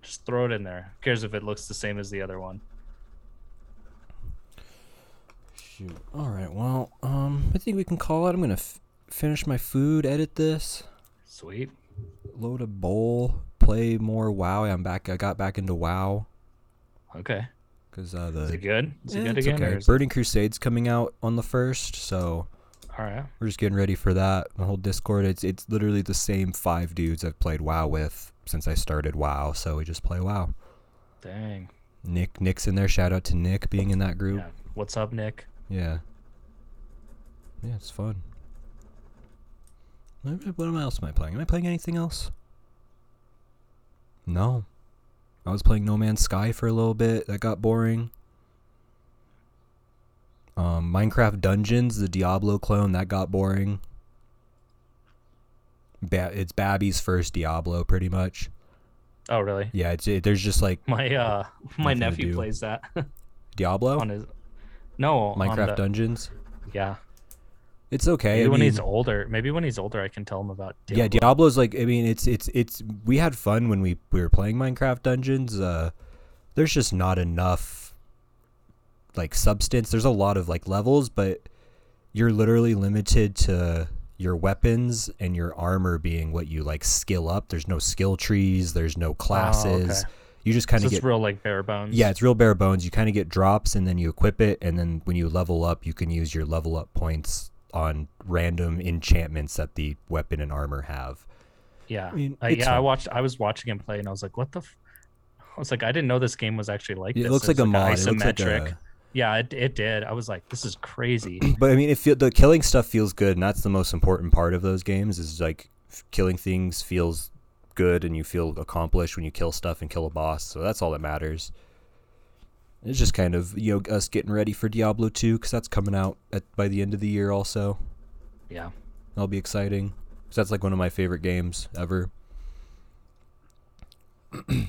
B: Just throw it in there. Who cares if it looks the same as the other one?
A: Shoot. All right. Well, um, I think we can call it. I'm gonna f- finish my food, edit this.
B: Sweet.
A: load a bowl, play more WoW. I'm back. I got back into WoW
B: Okay.
A: because uh,
B: Is it
A: the
B: good? Is it
A: Eh,
B: good
A: it's
B: again? or
A: okay.
B: is it-
A: Burning Crusades coming out on the first, so
B: All right.
A: we're just getting ready for that. My whole Discord, it's it's literally the same five dudes I've played WoW with since I started WoW. So we just play WoW.
B: Dang.
A: Nick, Nick's in there. Shout out to Nick being in that group.
B: Yeah. What's up, Nick?
A: Yeah. Yeah, it's fun. What am I- what am I- else am I playing? Am I playing anything else? No. I was playing No Man's Sky for a little bit. That got boring. Um, Minecraft Dungeons, the Diablo clone, that got boring. Ba- it's Babby's first Diablo, pretty much.
B: Oh, really?
A: Yeah, it's it, there's just like
B: My uh,
A: Nothing to
B: my
A: do.
B: nephew plays that *laughs*
A: Diablo,
B: on his. No, on
A: Minecraft
B: the-
A: Dungeons.
B: Yeah.
A: It's okay.
B: Maybe
A: I
B: when
A: mean,
B: he's older. Maybe when he's older, I can tell him about.
A: Yeah, Diablo's like I mean it's it's it's we had fun when we we were playing Minecraft Dungeons. Uh there's just not enough like substance. There's a lot of like levels, but you're literally limited to your weapons and your armor being what you like skill up. There's no skill trees, there's no classes. You just kind
B: Oh, So
A: of
B: it's
A: get
B: real like bare bones.
A: yeah, it's real bare bones. You kind of get drops and then you equip it, and then when you level up, you can use your level up points on random enchantments that the weapon and armor have.
B: yeah. I
A: mean,
B: I,
A: it's
B: yeah, I
A: fun.
B: watched. I was watching him play, and I was like, "What the?" F-? I was like, "I didn't know this game was actually like
A: It
B: this."
A: looks like
B: It's
A: a mod. It looks like
B: isometric.
A: a-
B: Yeah, it, it did. I was like, "This is crazy."
A: *clears throat* But I mean, it feel, the killing stuff feels good, and that's the most important part of those games. Is like f- killing things feels good, and you feel accomplished when you kill stuff and kill a boss. So that's all that matters. It's just kind of you know us getting ready for Diablo two because that's coming out at, by the end of the year. Also,
B: yeah.
A: that'll be exciting 'Cause that's like one of my favorite games ever. *clears throat* yeah,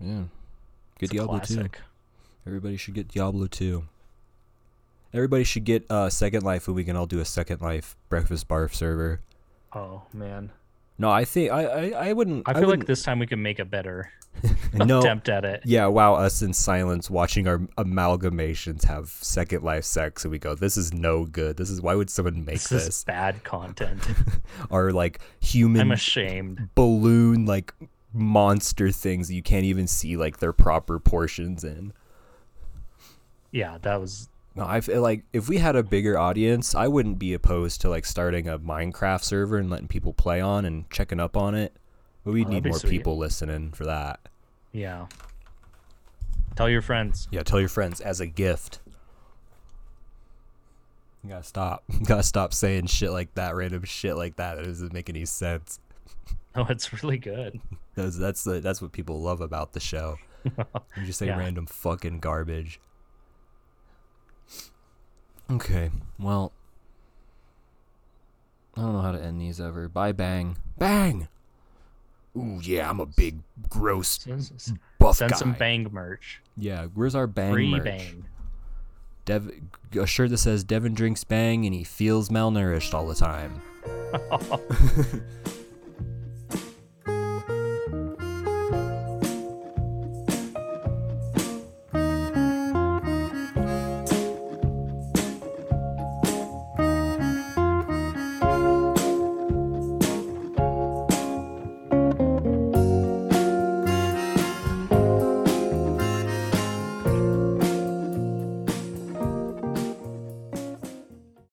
A: good
B: It's a
A: Diablo two.
B: classic.
A: Everybody should get Diablo 2. Everybody should get uh, Second Life, and we can all do a Second Life breakfast barf server.
B: Oh man,
A: No, I think I I, I wouldn't.
B: I feel like
A: wouldn't-
B: this time we can make a better
A: *laughs* no.
B: attempt at it.
A: Yeah, wow, us in silence watching our amalgamations have Second Life sex, and we go, "This is no good. This is why would someone make
B: This is
A: this?"
B: bad content.
A: *laughs* Our like
B: I'm
A: human
B: ashamed.
A: balloon like monster things that you can't even see like their proper portions in.
B: Yeah, that was
A: No, I feel like if we had a bigger audience, I wouldn't be opposed to like starting a Minecraft server and letting people play on and checking up on it. But we'd
B: Oh, that'd
A: need
B: be
A: more
B: sweet.
A: people listening for that.
B: yeah. Tell your friends. *laughs*
A: Yeah, tell your friends as a gift. You gotta stop. *laughs* You gotta stop saying shit like that, random shit like that. That doesn't make any sense.
B: Oh, it's really
A: *laughs*
B: good.
A: That's that's the, that's what people love about the
B: *laughs*
A: show. you just say
B: Yeah.
A: random fucking garbage. Okay, well, I don't know how to end these ever. Bye, bang, bang. Ooh yeah, I'm a big gross buff
B: Send
A: guy.
B: some bang merch.
A: Yeah, where's our bang
B: Free
A: merch?
B: bang.
A: Dev, a shirt that says Devin drinks bang and he feels malnourished all the time.